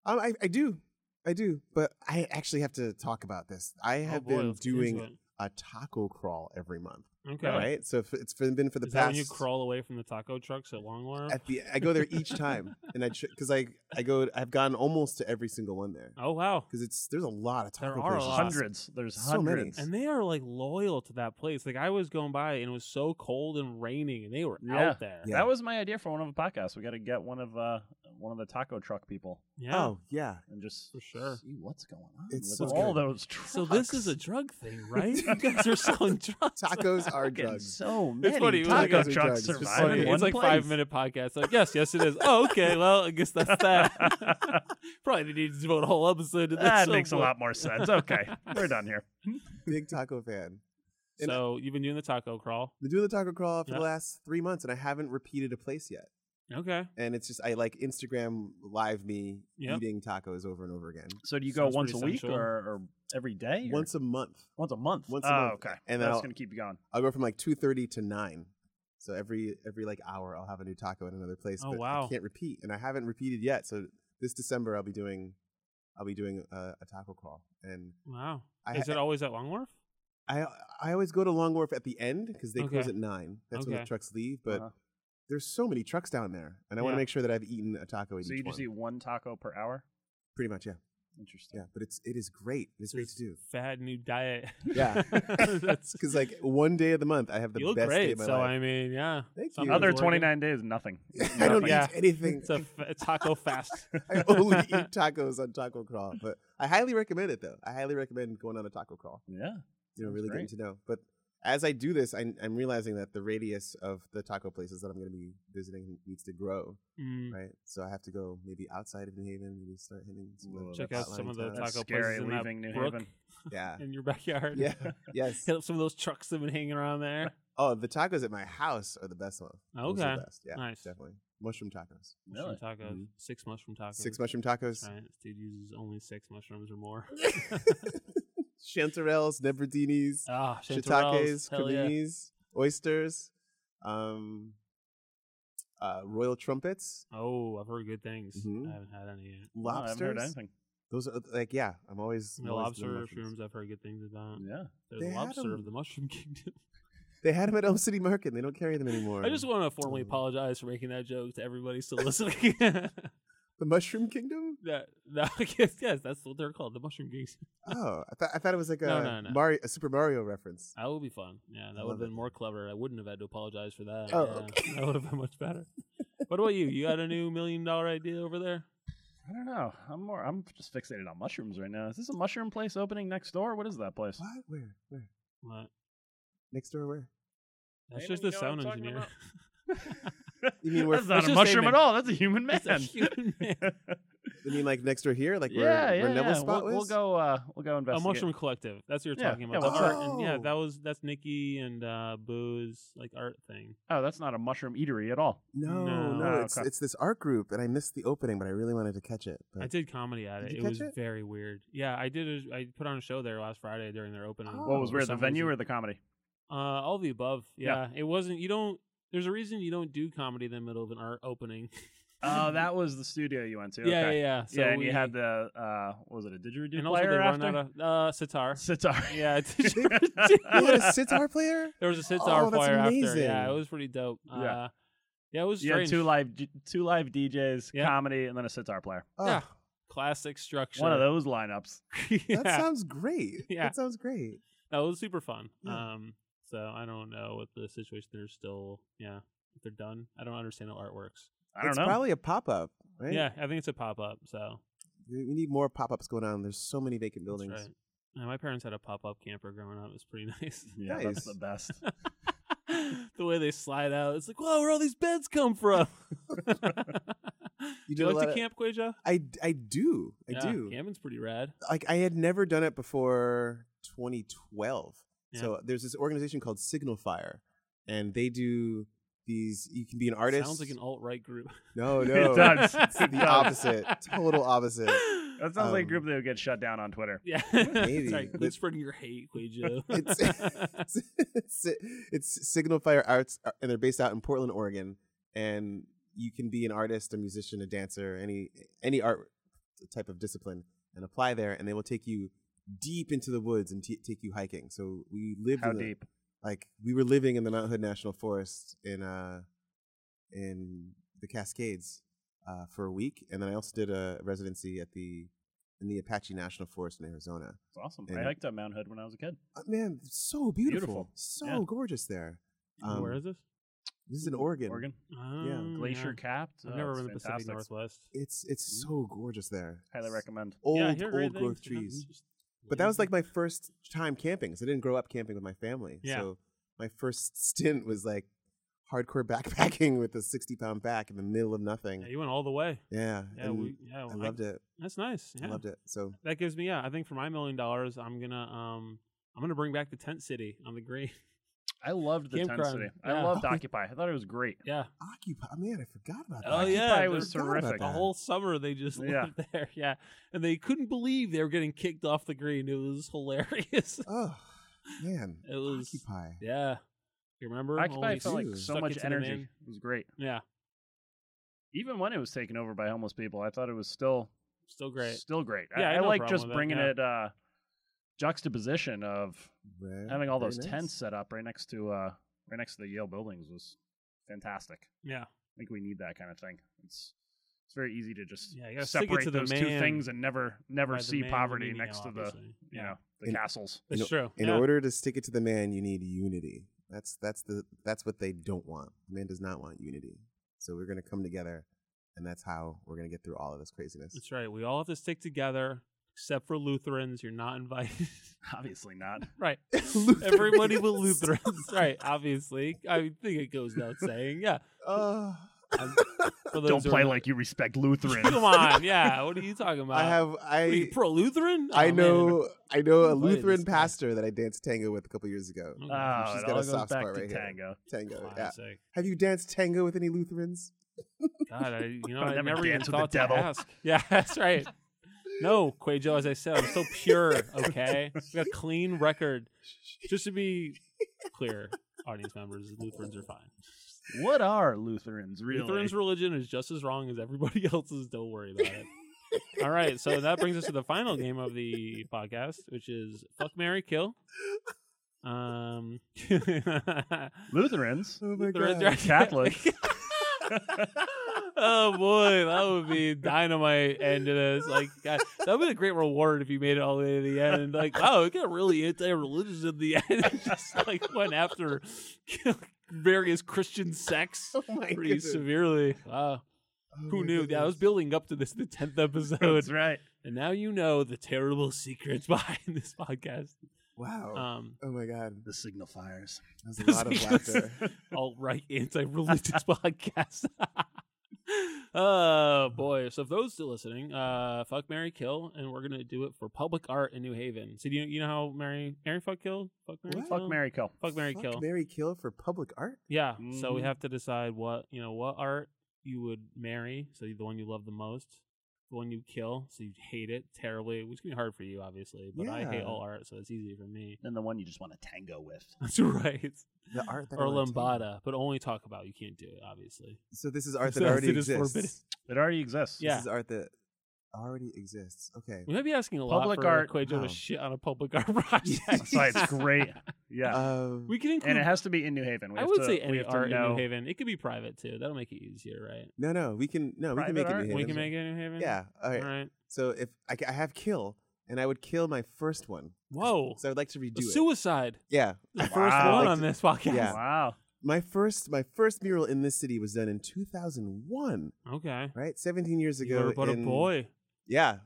Um, I, I do, I do, but I actually have to talk about this. I
Oh,
have
boy,
been
let's get into
doing
it.
a taco crawl every month.
Okay.
All right, so if it's been been for the
is
past.
that when you crawl away from the taco trucks at Long Wharf?
At the, I go there each time, and I because I I go I've gone almost to every single one there
oh wow.
because it's there's a lot of
There
taco
are a
places.
lot.
Hundreds. There's
So many.
hundreds.
And they are like loyal to that place. Like I was going by and it was so cold and raining and they were
Yeah.
out there.
Yeah.
That was my idea for one of the podcasts. We got to get one of uh, one of the taco truck people
Yeah.
Oh
[LAUGHS]
yeah,
and just
For sure.
see what's going on
It's
with
so
all
good.
those trucks.
So this is a drug
[LAUGHS]
thing, right? you guys are selling drugs.
tacos are
Fucking
drugs.
so many
It's funny, it was like
taco
a-
trucks
It's funny,
It's,
surviving
funny.
one
It's like
place.
five minute
[LAUGHS]
podcast. Like, yes, yes, it is. Oh, okay. Well, I guess that's that. [LAUGHS] Probably they need to devote a whole episode to this. Oh,
That
so
makes a
we'll-
lot more sense. Okay, [LAUGHS] we're done here.
Big taco fan. And I-
So you've been doing the taco crawl.
Been doing the taco crawl for
Yeah.
the last three months, and I haven't repeated a place yet.
Okay.
And it's just I like Instagram live me
Yep.
eating tacos over and over again,
So do you go
Sounds
once a
pretty
week
sensual.
or, or every day? or-
once a month.
once a month.
Once
oh,
a month.
okay.
And then
that's
I'll-
gonna keep you going.
I'll go from like two thirty to nine. So every every like hour, I'll have a new taco at another place.
Oh,
but
wow.
I can't repeat, and I haven't repeated yet. So this December, I'll be doing, I'll be doing a, a taco crawl, and
Wow.
I-
is it always at Long Wharf?
I I always go to Long Wharf at the end because they close
Okay.
at nine. That's when
Okay.
the trucks leave. But
Uh-huh.
there's so many trucks down there, and I want
Yeah.
to make sure that I've eaten a taco. At
So
each
you just
one.
eat one taco per hour.
pretty much, yeah.
Interesting.
Yeah, but it's it is great. It's great
This
to do.
Fad new diet. [LAUGHS]
Yeah. [LAUGHS]
That's
Because like one day of the month, I have the
you look
best day
great.
of my
So I
life.
mean, yeah.
Thank
Something's
you.
Other
working.
twenty nine days, nothing.
[LAUGHS] I don't
Yeah.
eat anything.
It's a f- a taco fast.
[LAUGHS] I only eat tacos on Taco Crawl, but I highly recommend it though. I highly recommend going on a Taco Crawl.
Yeah.
You know,
Sounds
really
great.
getting to know. But as I do this, I, I'm realizing that the radius of the taco places that I'm going to be visiting needs to grow,
[LAUGHS] Mm.
right? So I have to go maybe outside of New Haven, maybe start hitting some
Whoa,
of the
Check out
outlying
some of the
towns.
That's
taco
scary,
places in that
leaving New
brook
Haven.
[LAUGHS]
Yeah. [LAUGHS]
in your backyard.
Yeah. Yes.
Hit up some of those trucks that have been hanging around there.
Oh, the tacos at my house are the best one. Those are
Okay.
the best. Yeah.
Nice.
Definitely. Mushroom tacos.
Mushroom tacos.
Mhm.
Six mushroom tacos.
Six mushroom tacos.
Right. This dude uses only six mushrooms or
[LAUGHS]
more.
Chanterelles, Nebradinis,
Ah, chanterelles.
shiitakes,
Hell yeah.
cuminis, oysters, um, uh, royal trumpets,
Oh, I've heard good things.
Mhm.
I haven't had any yet.
No, I haven't heard
lobsters.
anything.
Those are like yeah. I'm always I'm
The
always doing
lobster
mushrooms.
shrooms I've heard good things about.
Yeah.
They're
They
the
had
lobster
them.
of the mushroom
[LAUGHS]
kingdom.
They had them at Elm City Market. and They don't carry them anymore.
I just want to formally
Mm.
apologize for making that joke to everybody still listening. [LAUGHS] that,
the Mushroom Kingdom.
[LAUGHS] that, yes, yes, that's what they're called, the mushroom [LAUGHS] kings.
Oh, I, thought I thought it was like a
No, no, no.
Mario, a Super Mario reference.
That would be fun. Yeah, that
Love
would have
it.
been more clever. I wouldn't have had to apologize for that.
Oh,
Yeah,
okay.
that would have been much better. what about you? You got a new million dollar idea over there?
I don't know. I'm more. I'm just fixated on mushrooms right now. Is this a mushroom place opening next door? What is that place?
What? Where? Where?
What?
Next door? Where?
That's
Brandon,
just
you
the
know what
sound
I'm talking
engineer.
You mean where?
That's not
It's
a
just
mushroom
aiming.
at all. That's a human man.
[LAUGHS] It's a
[LAUGHS]
human man.
You mean like next door here? Like where?
yeah, yeah,
where Neville
yeah. we'll,
Spot
we'll
was?
go. Uh, we'll go
a
investigate.
mushroom collective. That's what you're
Yeah,
talking
yeah,
about.
what's
the art
that?
and yeah,
Oh.
that was that's Nikki and uh Boo's like art thing.
Oh, that's not a mushroom eatery at all.
No,
No.
no,
Oh,
it's
okay.
it's this art group, and I missed the opening, but I really wanted to catch it. But
I did comedy at
Did
it.
you
It
catch
was
it?
very weird. Yeah, I did. A, I put on a show there last Friday during their opening.
What
What
Oh,
was
For
weird, the
some
venue
reason.
or the comedy?
Uh, all the above. Yeah.
Yeah.
it wasn't. You don't. There's a reason you don't do comedy in the middle of an art opening.
Oh, that was the studio you went to.
Yeah,
okay.
yeah, yeah. So
yeah, and
we,
you had the uh, what was it a didgeridoo
and also
player
they run
after?
out of uh, sitar.
[LAUGHS] sitar.
[LAUGHS] Yeah,
you had
didgeridoo.
a sitar player.
there was a sitar
Oh, that's
player after. Yeah,
amazing.
it was pretty dope.
Yeah.
uh, yeah, it was
You had
strange.
two live d- two live DJs,
Yeah.
comedy, and then a sitar player.
Oh,
Yeah. classic structure.
One of those lineups.
[LAUGHS] yeah.
that sounds great.
[LAUGHS] Yeah.
that sounds great.
That was super fun.
Yeah.
Um, so I don't know what the situation. They're still, yeah, if they're done. I don't understand how art works.
I don't
it's
know.
probably a pop up, right?
Yeah, I think it's a pop up. So
we we need more pop ups going on. There's so many vacant
that's
buildings.
right. Yeah, my parents had a pop up camper growing up. It was pretty [LAUGHS] nice.
yeah,
Nice.
that's the best.
[LAUGHS] the way they slide out, it's like, whoa, where all these beds come
[LAUGHS]
from?
You
you
did a
like
lot
to
of-
camp, Quasia?
I d- I do, I
yeah,
do.
Camping's pretty rad.
Like I had never done it before 2012.
Yeah.
So there's this organization called Signal Fire, and they do these. You can be an artist.
Sounds like an alt right group. [LAUGHS]
[LAUGHS]
no, no,
It does.
it's
It
the
does.
opposite, total opposite.
That sounds like a
Um,
group that would get shut down on Twitter.
Yeah,
Maybe,
[LAUGHS] Sorry, quit
but-
spreading your hate, Quasia.
[LAUGHS]
[LAUGHS]
It's- [LAUGHS] it's, it's Signal Fire Arts, uh, and they're based out in Portland, Oregon. And you can be an artist, a musician, a dancer, any any art type of discipline, and apply there, and they will take you deep into the woods and t- take you hiking. So we lived
How
in the-
deep?
like we were living in the Mount Hood National Forest in uh in the Cascades uh, for a week, and then I also did a residency at the in the Apache National Forest in Arizona.
It's awesome.
Yeah.
I hiked up Mount Hood when I was a kid.
Uh, man, so beautiful,
Beautiful.
so
Yeah.
gorgeous there. Um,
Where is this?
This is in Oregon.
Oregon.
Um,
Mm, Glacier
yeah.
capped.
I've
Oh,
never
it's
been to the Pacific
fantastic.
Northwest.
It's it's so gorgeous there.
Highly
S-
recommend.
Old
Mm-hmm. yeah, I hear great
old growth
things, you know,
trees.
it's just
But that was
amazing.
like my first time camping. So I didn't grow up camping with my family.
Yeah.
So my first stint was like hardcore [LAUGHS] backpacking with a sixty pound pack in the middle of nothing.
Yeah, you went all the way.
Yeah.
Yeah,
and
we, yeah,
I loved it.
That's nice. Yeah.
I loved it. So
That gives me, yeah. I think for my million dollars, I'm gonna, um, I'm gonna bring back the tent city on the green. [LAUGHS]
I loved the
Campground,
tent city. I
yeah.
loved Occupy. I thought it was great.
Yeah.
Occupy oh, man, I forgot about that.
Oh, [LAUGHS] yeah,
Occupy
they're-
was
I forgot about
terrific.
The
that.
whole [LAUGHS] summer they just
Yeah.
lived there. Yeah. And they couldn't believe they were getting kicked off the green. It was hilarious. [LAUGHS]
Oh man.
It was-
Occupy.
yeah. You remember?
Occupy
Only
felt like
Dude.
stuck
so much
it to the
energy.
man.
It was great.
Yeah.
Even when it was taken over by homeless people, I thought it was still
Still great.
still great.
Yeah, I
I, I
had no
like
problem
just
with it,
bringing
yeah.
it uh, juxtaposition of
Very-
having all
very
those
nice.
tents set up right next to uh, right next to the Yale buildings was fantastic.
Yeah.
I think we need that kind of thing. It's It's very easy to just
Yeah, you gotta stick it
separate
to the
those two
man
things and never never
By the
see
man, you
poverty
mean
next
now,
to the
obviously.
you know the
In-
castles. [LAUGHS]
That's
In-
true.
In
Yeah.
order to stick it to the man, you need unity. That's that's the that's what they don't want. The man does not want unity. So we're gonna come together, and that's how we're gonna get through all of this craziness.
That's right. We all have to stick together, except for Lutherans. You're not invited. [LAUGHS]
Obviously not.
right.
[LAUGHS] Lutherans.
Everybody but Lutherans. [LAUGHS] right. Obviously. I think it goes without saying. Yeah. Um,
Uh,
For [LAUGHS] those
Don't
who are
play
not-
like
[LAUGHS]
you respect Lutheran. [LAUGHS]
Come on. Yeah. What are you talking about?
I have
What Are you Oh,
I
pro Lutheran?
I know
[LAUGHS]
I know a
Who invited
Lutheran
this guy? Mm,
pastor that I danced tango with a couple years ago.
Okay.
Oh, it
She's got
all
a
goes
soft
back
spot
to
right here.
tango.
Tango. Yeah.
Classic.
Have you danced tango with any Lutherans?
God, I,
[LAUGHS]
you know,
I've
I
never
never even
danced with the
thought to
devil.
ask. [LAUGHS] Yeah, that's right. No, Quajo, as I said, I'm so pure, okay? We got a clean record. Just to be clear, audience members, Lutherans are fine.
What are Lutherans really?
Lutherans' religion is just as wrong as everybody [LAUGHS] else's. Don't worry about it. All right, so that brings us to the final game of the podcast, which is Fuck Mary Kill. Um, [LAUGHS]
Lutherans.
Oh my
Lutherans
god.
are-
Catholic.
[LAUGHS] oh boy, that would be dynamite end to this. Like God, that would be a great reward if you made it all the way to the end. Like, wow, it got really anti-religious at the [LAUGHS] end. It just like went after [LAUGHS] various Christian sects
[LAUGHS] Oh my
pretty
goodness.
severely. Wow,
Oh
who
my
knew? Yeah, I was
goodness.
building up to this the tenth episode,
That's right.
and now you know the terrible [LAUGHS] secrets behind this podcast.
Wow.
Um,
oh my god.
The signifiers.
[LAUGHS]
That was a lot of laughter.
alt [LAUGHS] right anti religious [LAUGHS] podcast. oh boy! So if those still listening, uh, fuck Mary Kill, and we're gonna do it for public art in New Haven. So do you you know how Mary Mary fuck kill fuck Mary
What?
Kill?
Fuck Mary Kill.
fuck Mary
Fuck
Kill
Mary Kill for public art?
yeah. So we
Mm-hmm.
Mhm.
have to decide what you know what art you would marry. So the one you love the most, the one you kill, so you hate it terribly, which can be hard for you obviously. But I hate
Yeah.
all art, so it's easy for me. [LAUGHS]
And the one you just want to tango with.
That's right.
The art that I
or
wanna take.
lambada, but only talk about. it. You can't do it obviously.
So
[LAUGHS]
this is art
So
that already
it is
exists.
forbidden. [LAUGHS]
It already exists.
Yeah. Mm,
This is art that already exists. Okay.
We might be asking a
Public
lot for
art-
Quajo
Wow.
to shit on a public [LAUGHS]
[LAUGHS]
art project.
[LAUGHS] That's [LAUGHS]
[LAUGHS]
why it's great. Yeah.
Um,
We can include.
and it has to be in New Haven. We
I
have
would
to,
say
we
any
have to
art in
know-
New Haven. It could be private too. That'll make it easier, right?
no, no, we can no, we
Private
can make it
art?
New Haven.
We can make it in New Haven.
Yeah. All
All
right. [LAUGHS]
right.
So if I, ca- I have kill, and I would kill my first one.
Whoa.
So I'd like to redo
A
it.
suicide.
Yeah.
The
I'd
first
Wow.
one
like
on
to-
this podcast.
Yeah.
Wow.
My first my first mural in this city was done in 2001.
Okay.
Right, 17 years
You
ago.
were but a
in-
boy.
Yeah,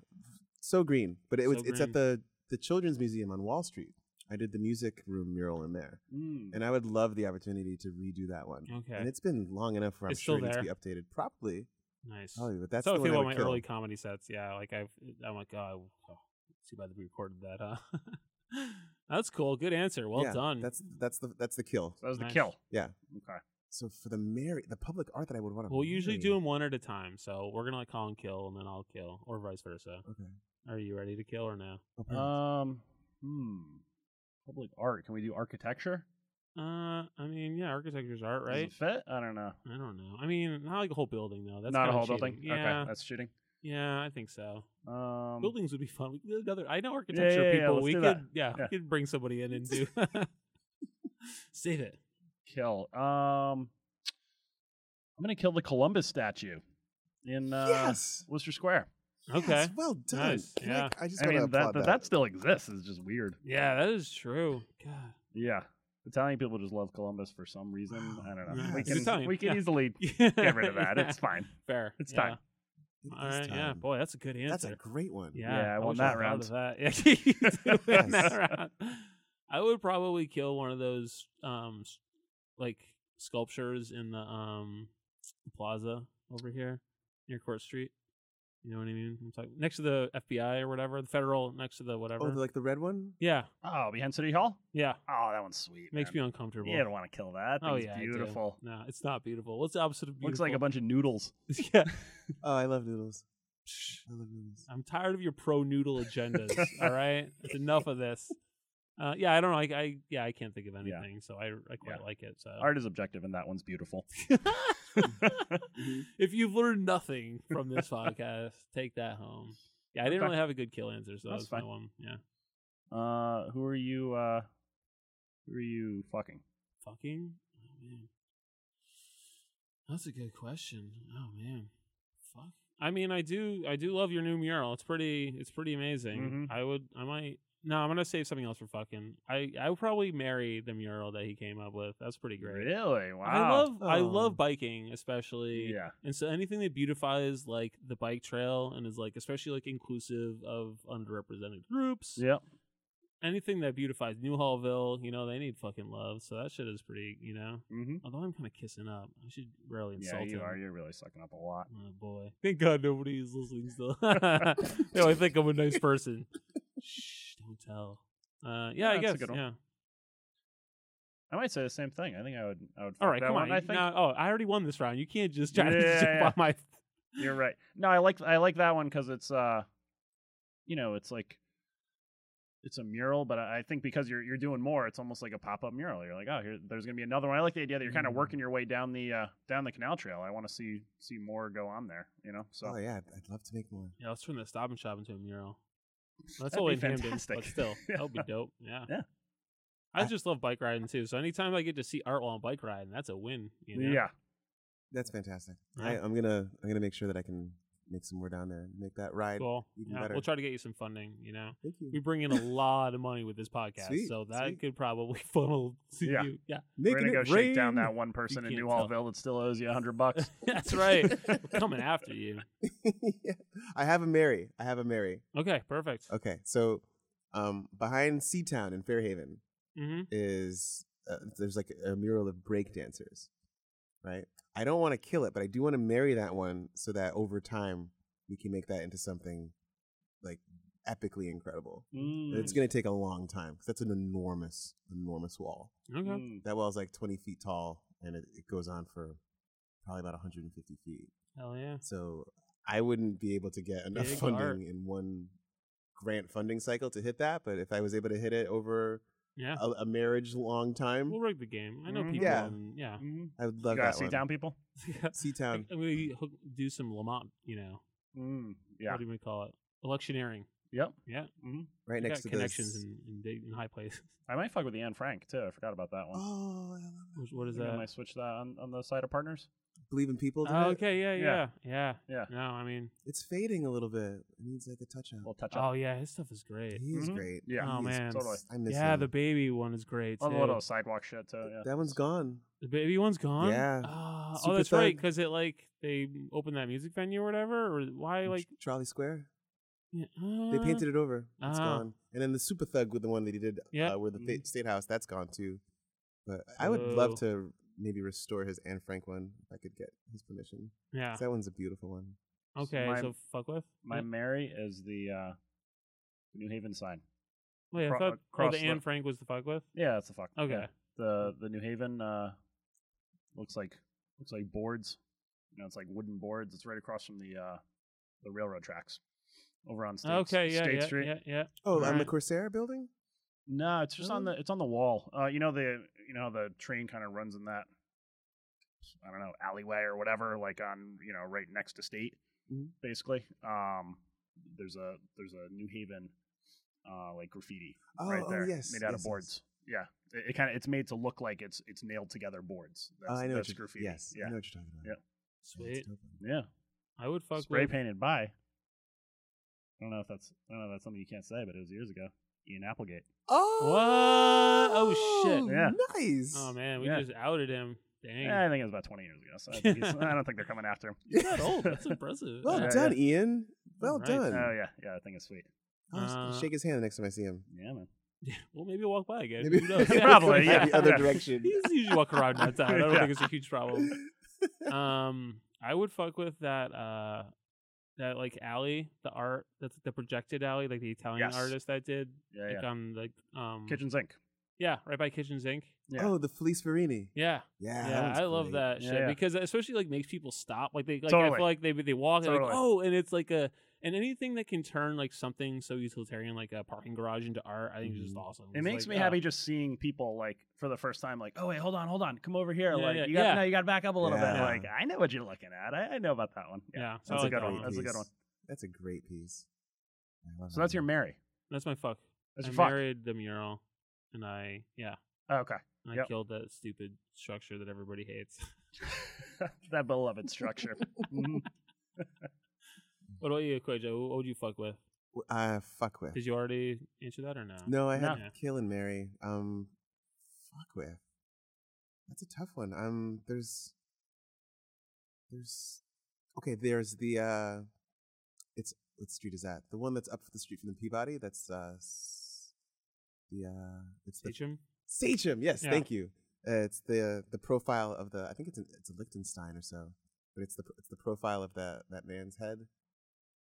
so green. But it was
So
it's
green.
at the the Children's Museum on Wall Street. I did the music room mural in there,
Mm.
and I would love the opportunity to redo that one.
Okay.
And it's been long enough where I'm
It's
sure it
still
needs to be updated properly.
Nice.
Probably, but that's
so
the
if you
one I
want
would
my
kill.
early comedy sets, yeah, like I've, I'm like, oh, I- oh, too bad that we recorded that, huh? [LAUGHS] that's cool. Good answer. Well
Yeah,
done.
That's that's the that's the kill.
So that was the
Nice.
kill.
Yeah.
Okay.
So for the Mary, the public art that I would want to.
We'll usually do them one at a time, so we're gonna like call and kill, and then I'll kill, or vice versa.
Okay.
Are you ready to kill or no?
Oh,
Um. Hmm. Public art. Can we do architecture?
Uh, I mean, yeah, architecture's art,
Does it
right?
fit? I don't know.
I don't know. I mean, not like a whole building though. That's
Not a
kinda
whole
cheating.
building.
Yeah,
Okay. That's cheating.
yeah, I think so.
Um.
Buildings would be fun. We could do another. I know architecture
yeah, yeah,
people.
let's
we
do
could,
that.
yeah,
Yeah.
we could bring somebody in and
[LAUGHS]
do. Save it.
Kill. Um. I'm gonna kill the Columbus statue in uh,
yes.
Worcester Square.
Okay.
Yes, well done.
Nice,
Can
yeah.
I, I just
I
want
mean,
to
that,
applaud
that that still exists. It's just weird.
Yeah, that is true. God.
Yeah. Italian people just love Columbus for some reason. I don't know.
Yeah,
We
it's
can
Italian,
we can
yeah. [LAUGHS]
easily get rid of that. It's fine.
fair.
It's
yeah.
time.
It
All
is
right. Yeah.
time.
Boy, that's a good answer.
That's a great one.
Yeah,
Yeah, I won
wish
that
was [LAUGHS]
round.
proud of that. Yeah, you did win that
Yes.
round. I would probably kill one of those um s- like sculptures in the um plaza over here near Court Street. You know what I mean? I'm talking next to the FBI or whatever, the federal next to the
Oh,
whatever.
the, like the
[LAUGHS]
red one.
yeah,
Oh, behind City Hall?
yeah.
Oh, that one's sweet.
Makes
man.
me uncomfortable.
You don't want to kill that.
oh
Thing's
yeah, I do.
beautiful.
No, it's not beautiful. What's the opposite of beautiful?
Looks like a bunch of noodles.
[LAUGHS] yeah.
Oh, I love noodles. I love noodles.
I'm tired of your pro noodle agendas. all right, it's enough of this. Uh, yeah, I don't know. I, I yeah, I can't think of
Yeah.
anything, so I I quite
Yeah.
like it. So
Art is objective, and that
[LAUGHS]
one's beautiful. [LAUGHS] Mm-hmm.
if you've learned nothing from
[LAUGHS]
this podcast, take that home. Yeah, I didn't
Okay.
really have a good kill answer, so
That's
that's, my
fine.
one. Yeah,
Uh, who are you? Uh, who are you fucking?
fucking. Oh, man. That's a good question. Oh man, fuck I mean, I do, I do love your new mural. It's pretty, it's pretty amazing.
Mhm.
I would, I might. No, I'm gonna save something else for fucking. I, I would probably marry the mural that he came up with. That's pretty great.
Really? Wow.
I love, I
Oh.
love biking, especially.
Yeah.
And so anything that beautifies like the bike trail and is like especially like inclusive of underrepresented groups.
Yep.
Anything that beautifies New Hallville, you know, they need fucking love. So that shit is pretty, you know.
Mm-hmm.
Although I'm kind of kissing up. I should really
Yeah,
insult
you
him.
are. You're really sucking up a lot.
Oh boy. Thank God nobody is listening
[LAUGHS]
still. [LAUGHS] no, I think I'm a nice person. Shh, don't tell. Uh, yeah, I
Yeah, that's a
guess.
good one.
Yeah.
I might say the same thing. I think I would. I would.
All
fuck
right,
that
come
one.
on.
I
you-
think
now- oh, I already won this round. You can't just try to [LAUGHS]
Yeah,
jump
yeah.
on my.
You're right. No, I like I like that one because it's uh, you know, it's like it's a mural, but I I think because you're you're doing more, it's almost like a pop up mural. You're like, oh, here, there's gonna be another one. I like the idea that you're kind of
Mm.
working your way down the uh, down the canal trail. I want to see see more go on there. You know, so
Oh yeah, I'd, I'd love to make more.
Yeah, let's turn the Stop and Shop into a mural. That's
That'd
all
be
in Hamden,
fantastic.
but still, that
[LAUGHS]
would be dope. Yeah.
Yeah.
I
I-
just love bike riding too. So anytime I get to see art while I'm bike riding, that's a win. You know?
yeah,
That's fantastic.
Yeah.
I, I'm gonna I'm gonna make sure that I can make some more down there. and Make that ride.
Cool.
Even
Yeah,
better.
we'll try to get you some funding. You know.
Thank you.
We bring in a lot of money with this podcast,
Sweet,
so that
sweet.
could probably [LAUGHS] funnel to
Yeah.
you. Yeah,
Making
we're gonna go
it
shake down
rain.
that one person in
can't
New
tell.
Hallville that still owes you
[LAUGHS]
a hundred bucks.
that's
[LAUGHS]
right. We're coming after you.
[LAUGHS] yeah. I have a Mary. I have a Mary.
Okay, perfect.
Okay, so um, behind Seatown in Fairhaven
hmm
is uh, there's like a mural of break dancers, right? I don't want to kill it, but I do want to marry that one so that over time we can make that into something like epically incredible.
Mm-hmm.
And
Hmm.
It's going to take a long time because that's an enormous, enormous wall.
Okay.
Mm.
That wall is like 20 feet tall and it, it goes on for probably about 150 feet.
Hell yeah.
So I wouldn't be able to get enough [LAUGHS]
Big
funding
art.
in one grant funding cycle to hit that. But if I was able to hit it over
Yeah.
a, a marriage long time,
We'll rig the game. I know
Mhm.
people.
Um, Yeah.
And, yeah. [LAUGHS]
Mhm.
I would
You
love
gotta
that
see
one.
down people.
Seatown.
And we hook, do some Lamont, you know,
Mm. Yeah.
what do we call it? Electioneering.
Yep.
Yeah. mm-hmm.
right
We
next
got
to
connections
this.
in, in big in high places. [LAUGHS]
I might fuck with Ian Frank too. I forgot about that one.
[GASPS] Oh, I love-
Which- What is
Maybe I
that?
might switch that on, on the side of partners.
believe in people. did
Oh,
it?
okay. Yeah. Yeah.
Yeah.
Yeah.
Yeah.
No, I mean,
It's fading a little bit. It needs like a touch up.
We'll touch up.
oh yeah, his stuff is great.
He's
Mhm.
great.
Yeah.
Oh
He is-
man.
totally.
I miss
Yeah,
him.
the baby one is great.
Oh, the
too.
little sidewalk shit too. Yeah.
that one's gone.
The baby one's gone.
Yeah.
Ah, oh,
Super
that's right.
Thug.
Because it like they opened that music venue or whatever. Or why
In
like
Tr- Trolley Square.
yeah,
They
uh,
painted it over. It's
ah.
gone. And then the Super Thug with the one that he did,
Yeah.
uh, where the fa-
Mhm.
State House, that's gone too. But I would love
Whoa.
to maybe restore his Anne Frank one if I could get his permission.
Yeah.
'Cause That one's a beautiful one.
Okay.
my-
so fuck with.
My Mary is the uh, New Haven sign.
Wait, I
cro- uh,
thought oh,
cross
the
the-
Anne Frank was the fuck with.
Yeah, that's the fuck.
Okay.
Yeah. The the New Haven uh, looks like looks like boards. You know, it's like wooden boards. It's right across from the uh, the railroad tracks over on State,
okay. Yeah.
State
yeah,
Street.
Yeah. Yeah.
Oh, on the
Alright.
Coursera building?
No, it's just on
Really?
the it's on the wall. Uh, you know the you know the train kind of runs in that I don't know alleyway or whatever, like on you know right next to State,
Mhm.
basically. Um, there's a there's a New Haven uh, like graffiti
Oh,
right
oh,
there,
yes,
made out
yes, Oh,
of
yes.
boards. Yeah, it, it kind of it's made to look like it's it's nailed together boards.
Oh,
That's,
I know.
that's
what you're,
graffiti.
Yes,
yeah,
I know what you're talking about.
Yeah.
Yeah, it's
Sweet.
a dope one.
yeah.
I would fuck
Spray
with.
painted by. I don't know if that's I don't know if that's something you can't say, but it was years ago. Ian Applegate.
Oh,
Oh, shit.
Yeah.
Nice.
Oh man, we
Yeah.
just outed him. Dang.
Yeah, I think it was about 20 years ago. So I, think he's, [LAUGHS] I don't think they're coming after him.
You're that old.
[LAUGHS]
That's impressive.
Well
Yeah,
done, Ian. Well
Right.
done.
Oh yeah, yeah. I think it's sweet.
I'll just
Uh,
shake his hand the next time I see him.
Yeah, man.
[LAUGHS] well, maybe I'll walk by again.
Maybe-
Who knows?
[LAUGHS]
maybe
Probably,
[LAUGHS]
he'll go
yeah.
The other
Yeah.
direction.
He's usually walk around
[LAUGHS]
that time. I don't
Yeah.
think it's a huge problem. Um, I would fuck with that. Uh, that like alley, the art that's the projected alley, like the Italian
Yes.
artist that did
Yeah,
like
yeah.
on like um
Kitchen sink.
Yeah, right by Kitchen Zinc.
Yeah.
[LAUGHS] Oh, the Felice Verini.
Yeah,
Yeah,
yeah,
that one's
I love
great.
that
Yeah,
shit
yeah.
because it especially like makes people stop. Like they, like I
Totally.
feel like they they walk and like
Totally.
oh, and it's like a and anything that can turn like something so utilitarian like a parking garage into art, I think is just
Mhm.
awesome.
Mm-hmm. It
It's
makes
like,
me
uh,
happy just seeing people like for the first time. Like, oh wait, hold on, hold on, come over here.
Yeah,
like,
yeah,
you got
yeah.
to no, you got to back up a little
Yeah.
bit. Like, I know what you're looking at. I, I know about that one.
Yeah, so I like
that's
oh,
a good
that
Oh, one.
one.
That's a good one.
That's a great piece. I love
So
that
that's your
one.
Mary.
That's my fuck.
That's
I
your fuck.
married the mural, and I yeah,
Oh, okay, [LAUGHS]
and I
Yep.
killed that stupid structure [LAUGHS]
Mm.
that everybody hates.
[LAUGHS] Mm-hmm. that beloved structure. Mhm.
What about you, Quajo? Who what would you fuck with?
W- Uh, fuck with.
Did you already answer that or no?
No, I
No.
had Kill and Mary. Um, fuck with. That's a tough one. Um, there's, there's, okay. There's the uh, it's what street is that? The one that's up the street from the Peabody. That's uh, s- the uh, it's the
Teach him.
Sachem. Yes,
Yeah.
thank you. Uh, it's the the profile of the. I think it's an, it's a Liechtenstein or so, but it's the it's the profile of that that man's head.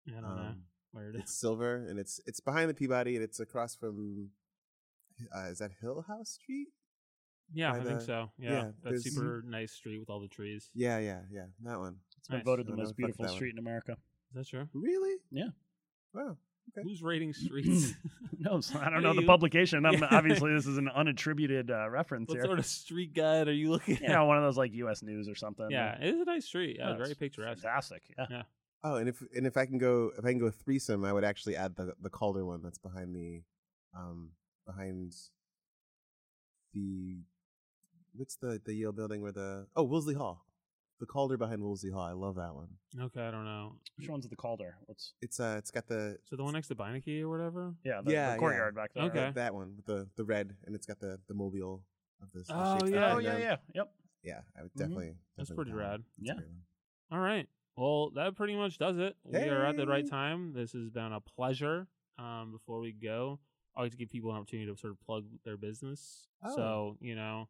I don't know
Um,
where it
it's
is.
silver and it's it's behind the Peabody and it's across from uh, is that Hill House Street?
[LAUGHS] Yeah,
by
I think
the-
so. Yeah,
yeah,
that
there's-
super nice street with all the trees.
Yeah, yeah, yeah. That one.
It's been
Nice.
voted the
I never
most
fucked
beautiful
that one.
street in America.
Is that true?
Really?
Yeah.
Wow. Okay.
Who's
[CLEARS THROAT]
rating streets?
[LAUGHS]
[LAUGHS]
No, so I don't know the
You-
publication. [LAUGHS] I'm,
Yeah.
Obviously, this is an unattributed uh, reference
what
here.
sort of street guide are you looking at?
You know, one of those like U.S. News or something.
yeah, it is a nice street. Yeah,
No,
very
it's
picturesque.
Fantastic. Yeah.
Oh, and if and if I can go if I can go threesome, I would actually add the the Calder one that's behind the um behind the what's the the Yale building where the oh Wolseley Hall. The Calder behind Wolseley Hall. I love that one.
Okay, I don't know.
Which one's the Calder? What's
It's uh it's got the
So the one next to Beinecke or whatever.
yeah, the,
Yeah,
the
yeah.
courtyard back there.
Okay.
right?
that one with the the red and it's got the the mobile of this.
Oh, yeah. Mm-hmm.
Oh yeah, yeah, yep.
Yeah, I would
Mhm.
definitely.
That's
definitely
pretty
would have
rad.
it. That's a
Yeah.
great one.
All right. Well, that pretty much does it. We are at the right
Hey.
time. This has been a pleasure. Um, before we go, I like to give people an opportunity to sort of plug their business.
Oh.
So you know,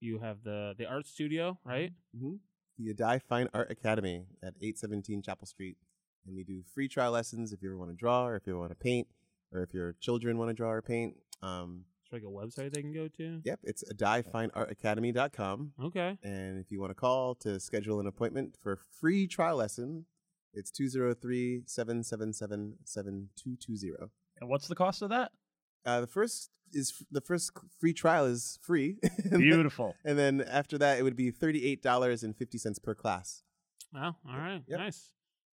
you have the the art studio, right?
Mm-hmm. The Adai Fine Art Academy at 817 Chapel Street. And we do free trial lessons if you ever want to draw or if you want to paint or if your children want to draw or paint. Um,
It's like a website they can go to.
yep, it's adaifineartacademy.com.
Okay.
And if you want to call to schedule an appointment for a free trial lesson, it's 203 777 7220.
And what's the cost of that?
Uh, the first is the first free trial is free. [LAUGHS]
Beautiful.
[LAUGHS] And then after that, it would be thirty-eight dollars and fifty cents per class.
Wow. All right.
Yep.
Nice.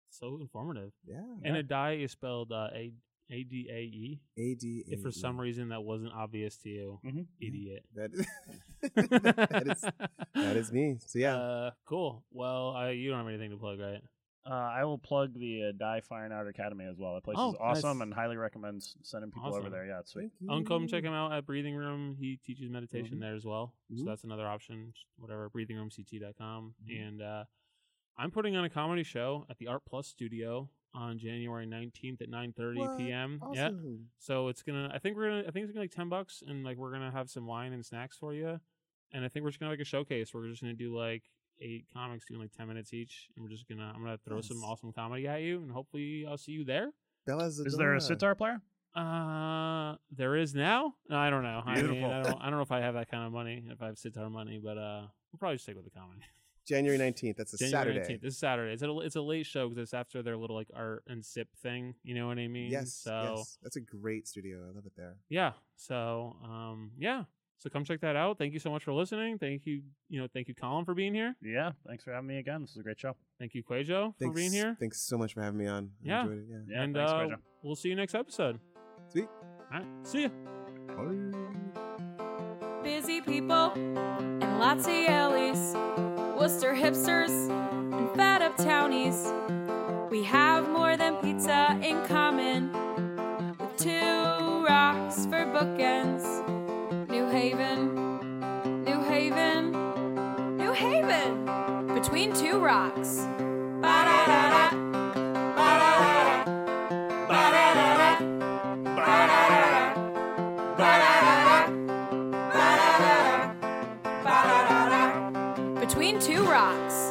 So informative.
Yeah.
And a die is spelled uh, a a d a e.
A E. D.
If for some reason that wasn't obvious to you,
Mhm.
idiot.
that, [LAUGHS] that is
[LAUGHS]
that is me. So yeah,
Uh, cool. Well, I, you don't have anything to plug, right?
Uh, I will plug the uh, Die Fine Art Academy as well. That place
Oh,
is awesome
nice.
and highly recommend s- sending people over
Awesome.
there. Yeah, it's sweet.
Thank you.
Um, come check him out at Breathing Room. He teaches meditation
Mhm.
there as well. So
Mhm.
that's another option. Just Whatever, breathingroomct.com.
Mm-hmm.
And uh, I'm putting on a comedy show at the Art Plus Studio on January 19th at 9:30
What?
p.m. Yeah.
Awesome.
So it's gonna. I think we're gonna. I think it's gonna be like ten bucks, and like we're gonna have some wine and snacks for you. And I think we're just gonna have, like a showcase. We're just gonna do like eight comics doing like ten minutes each, and we're just gonna. I'm gonna throw some
Nice.
awesome comedy at you, and hopefully I'll see you there.
Bella's
Is there a sitar player?
Uh, there is now. No, I don't know. I, mean,
Beautiful.
I don't. I don't know if I have that kind of money. If I have sitar money, but uh, we'll probably stick with the comedy.
January nineteenth. That's a
January
Saturday.
19th. This is Saturday. It's a it's a late show because it's after their little like art and sip thing. You know what I mean?
Yes.
So
Yes. That's a great studio. I love it there.
yeah. So um yeah. So come check that out. Thank you so much for listening. Thank you. You know, thank you, Colin, for being here.
Yeah. Thanks for having me again. This is a great show.
Thank you, Quajo, for
Thanks
being here.
Thanks so much for having me on. I
Yeah.
Enjoyed it. Yeah.
Yeah,
and
thanks,
uh,
Kojo.
we'll see you next episode.
Sweet.
All right. See ya.
busy people and lots of yellies, Worcester hipsters and fed up townies. We have more than pizza in common, with two rocks for bookends. New Haven, New Haven, New Haven, between two rocks. Ba-da-da-da, ba-da-da-da, ba-da-da-da, ba-da-da-da, ba-da-da-da. Ba-da-da-da. Ba-da-da-da. Between two rocks.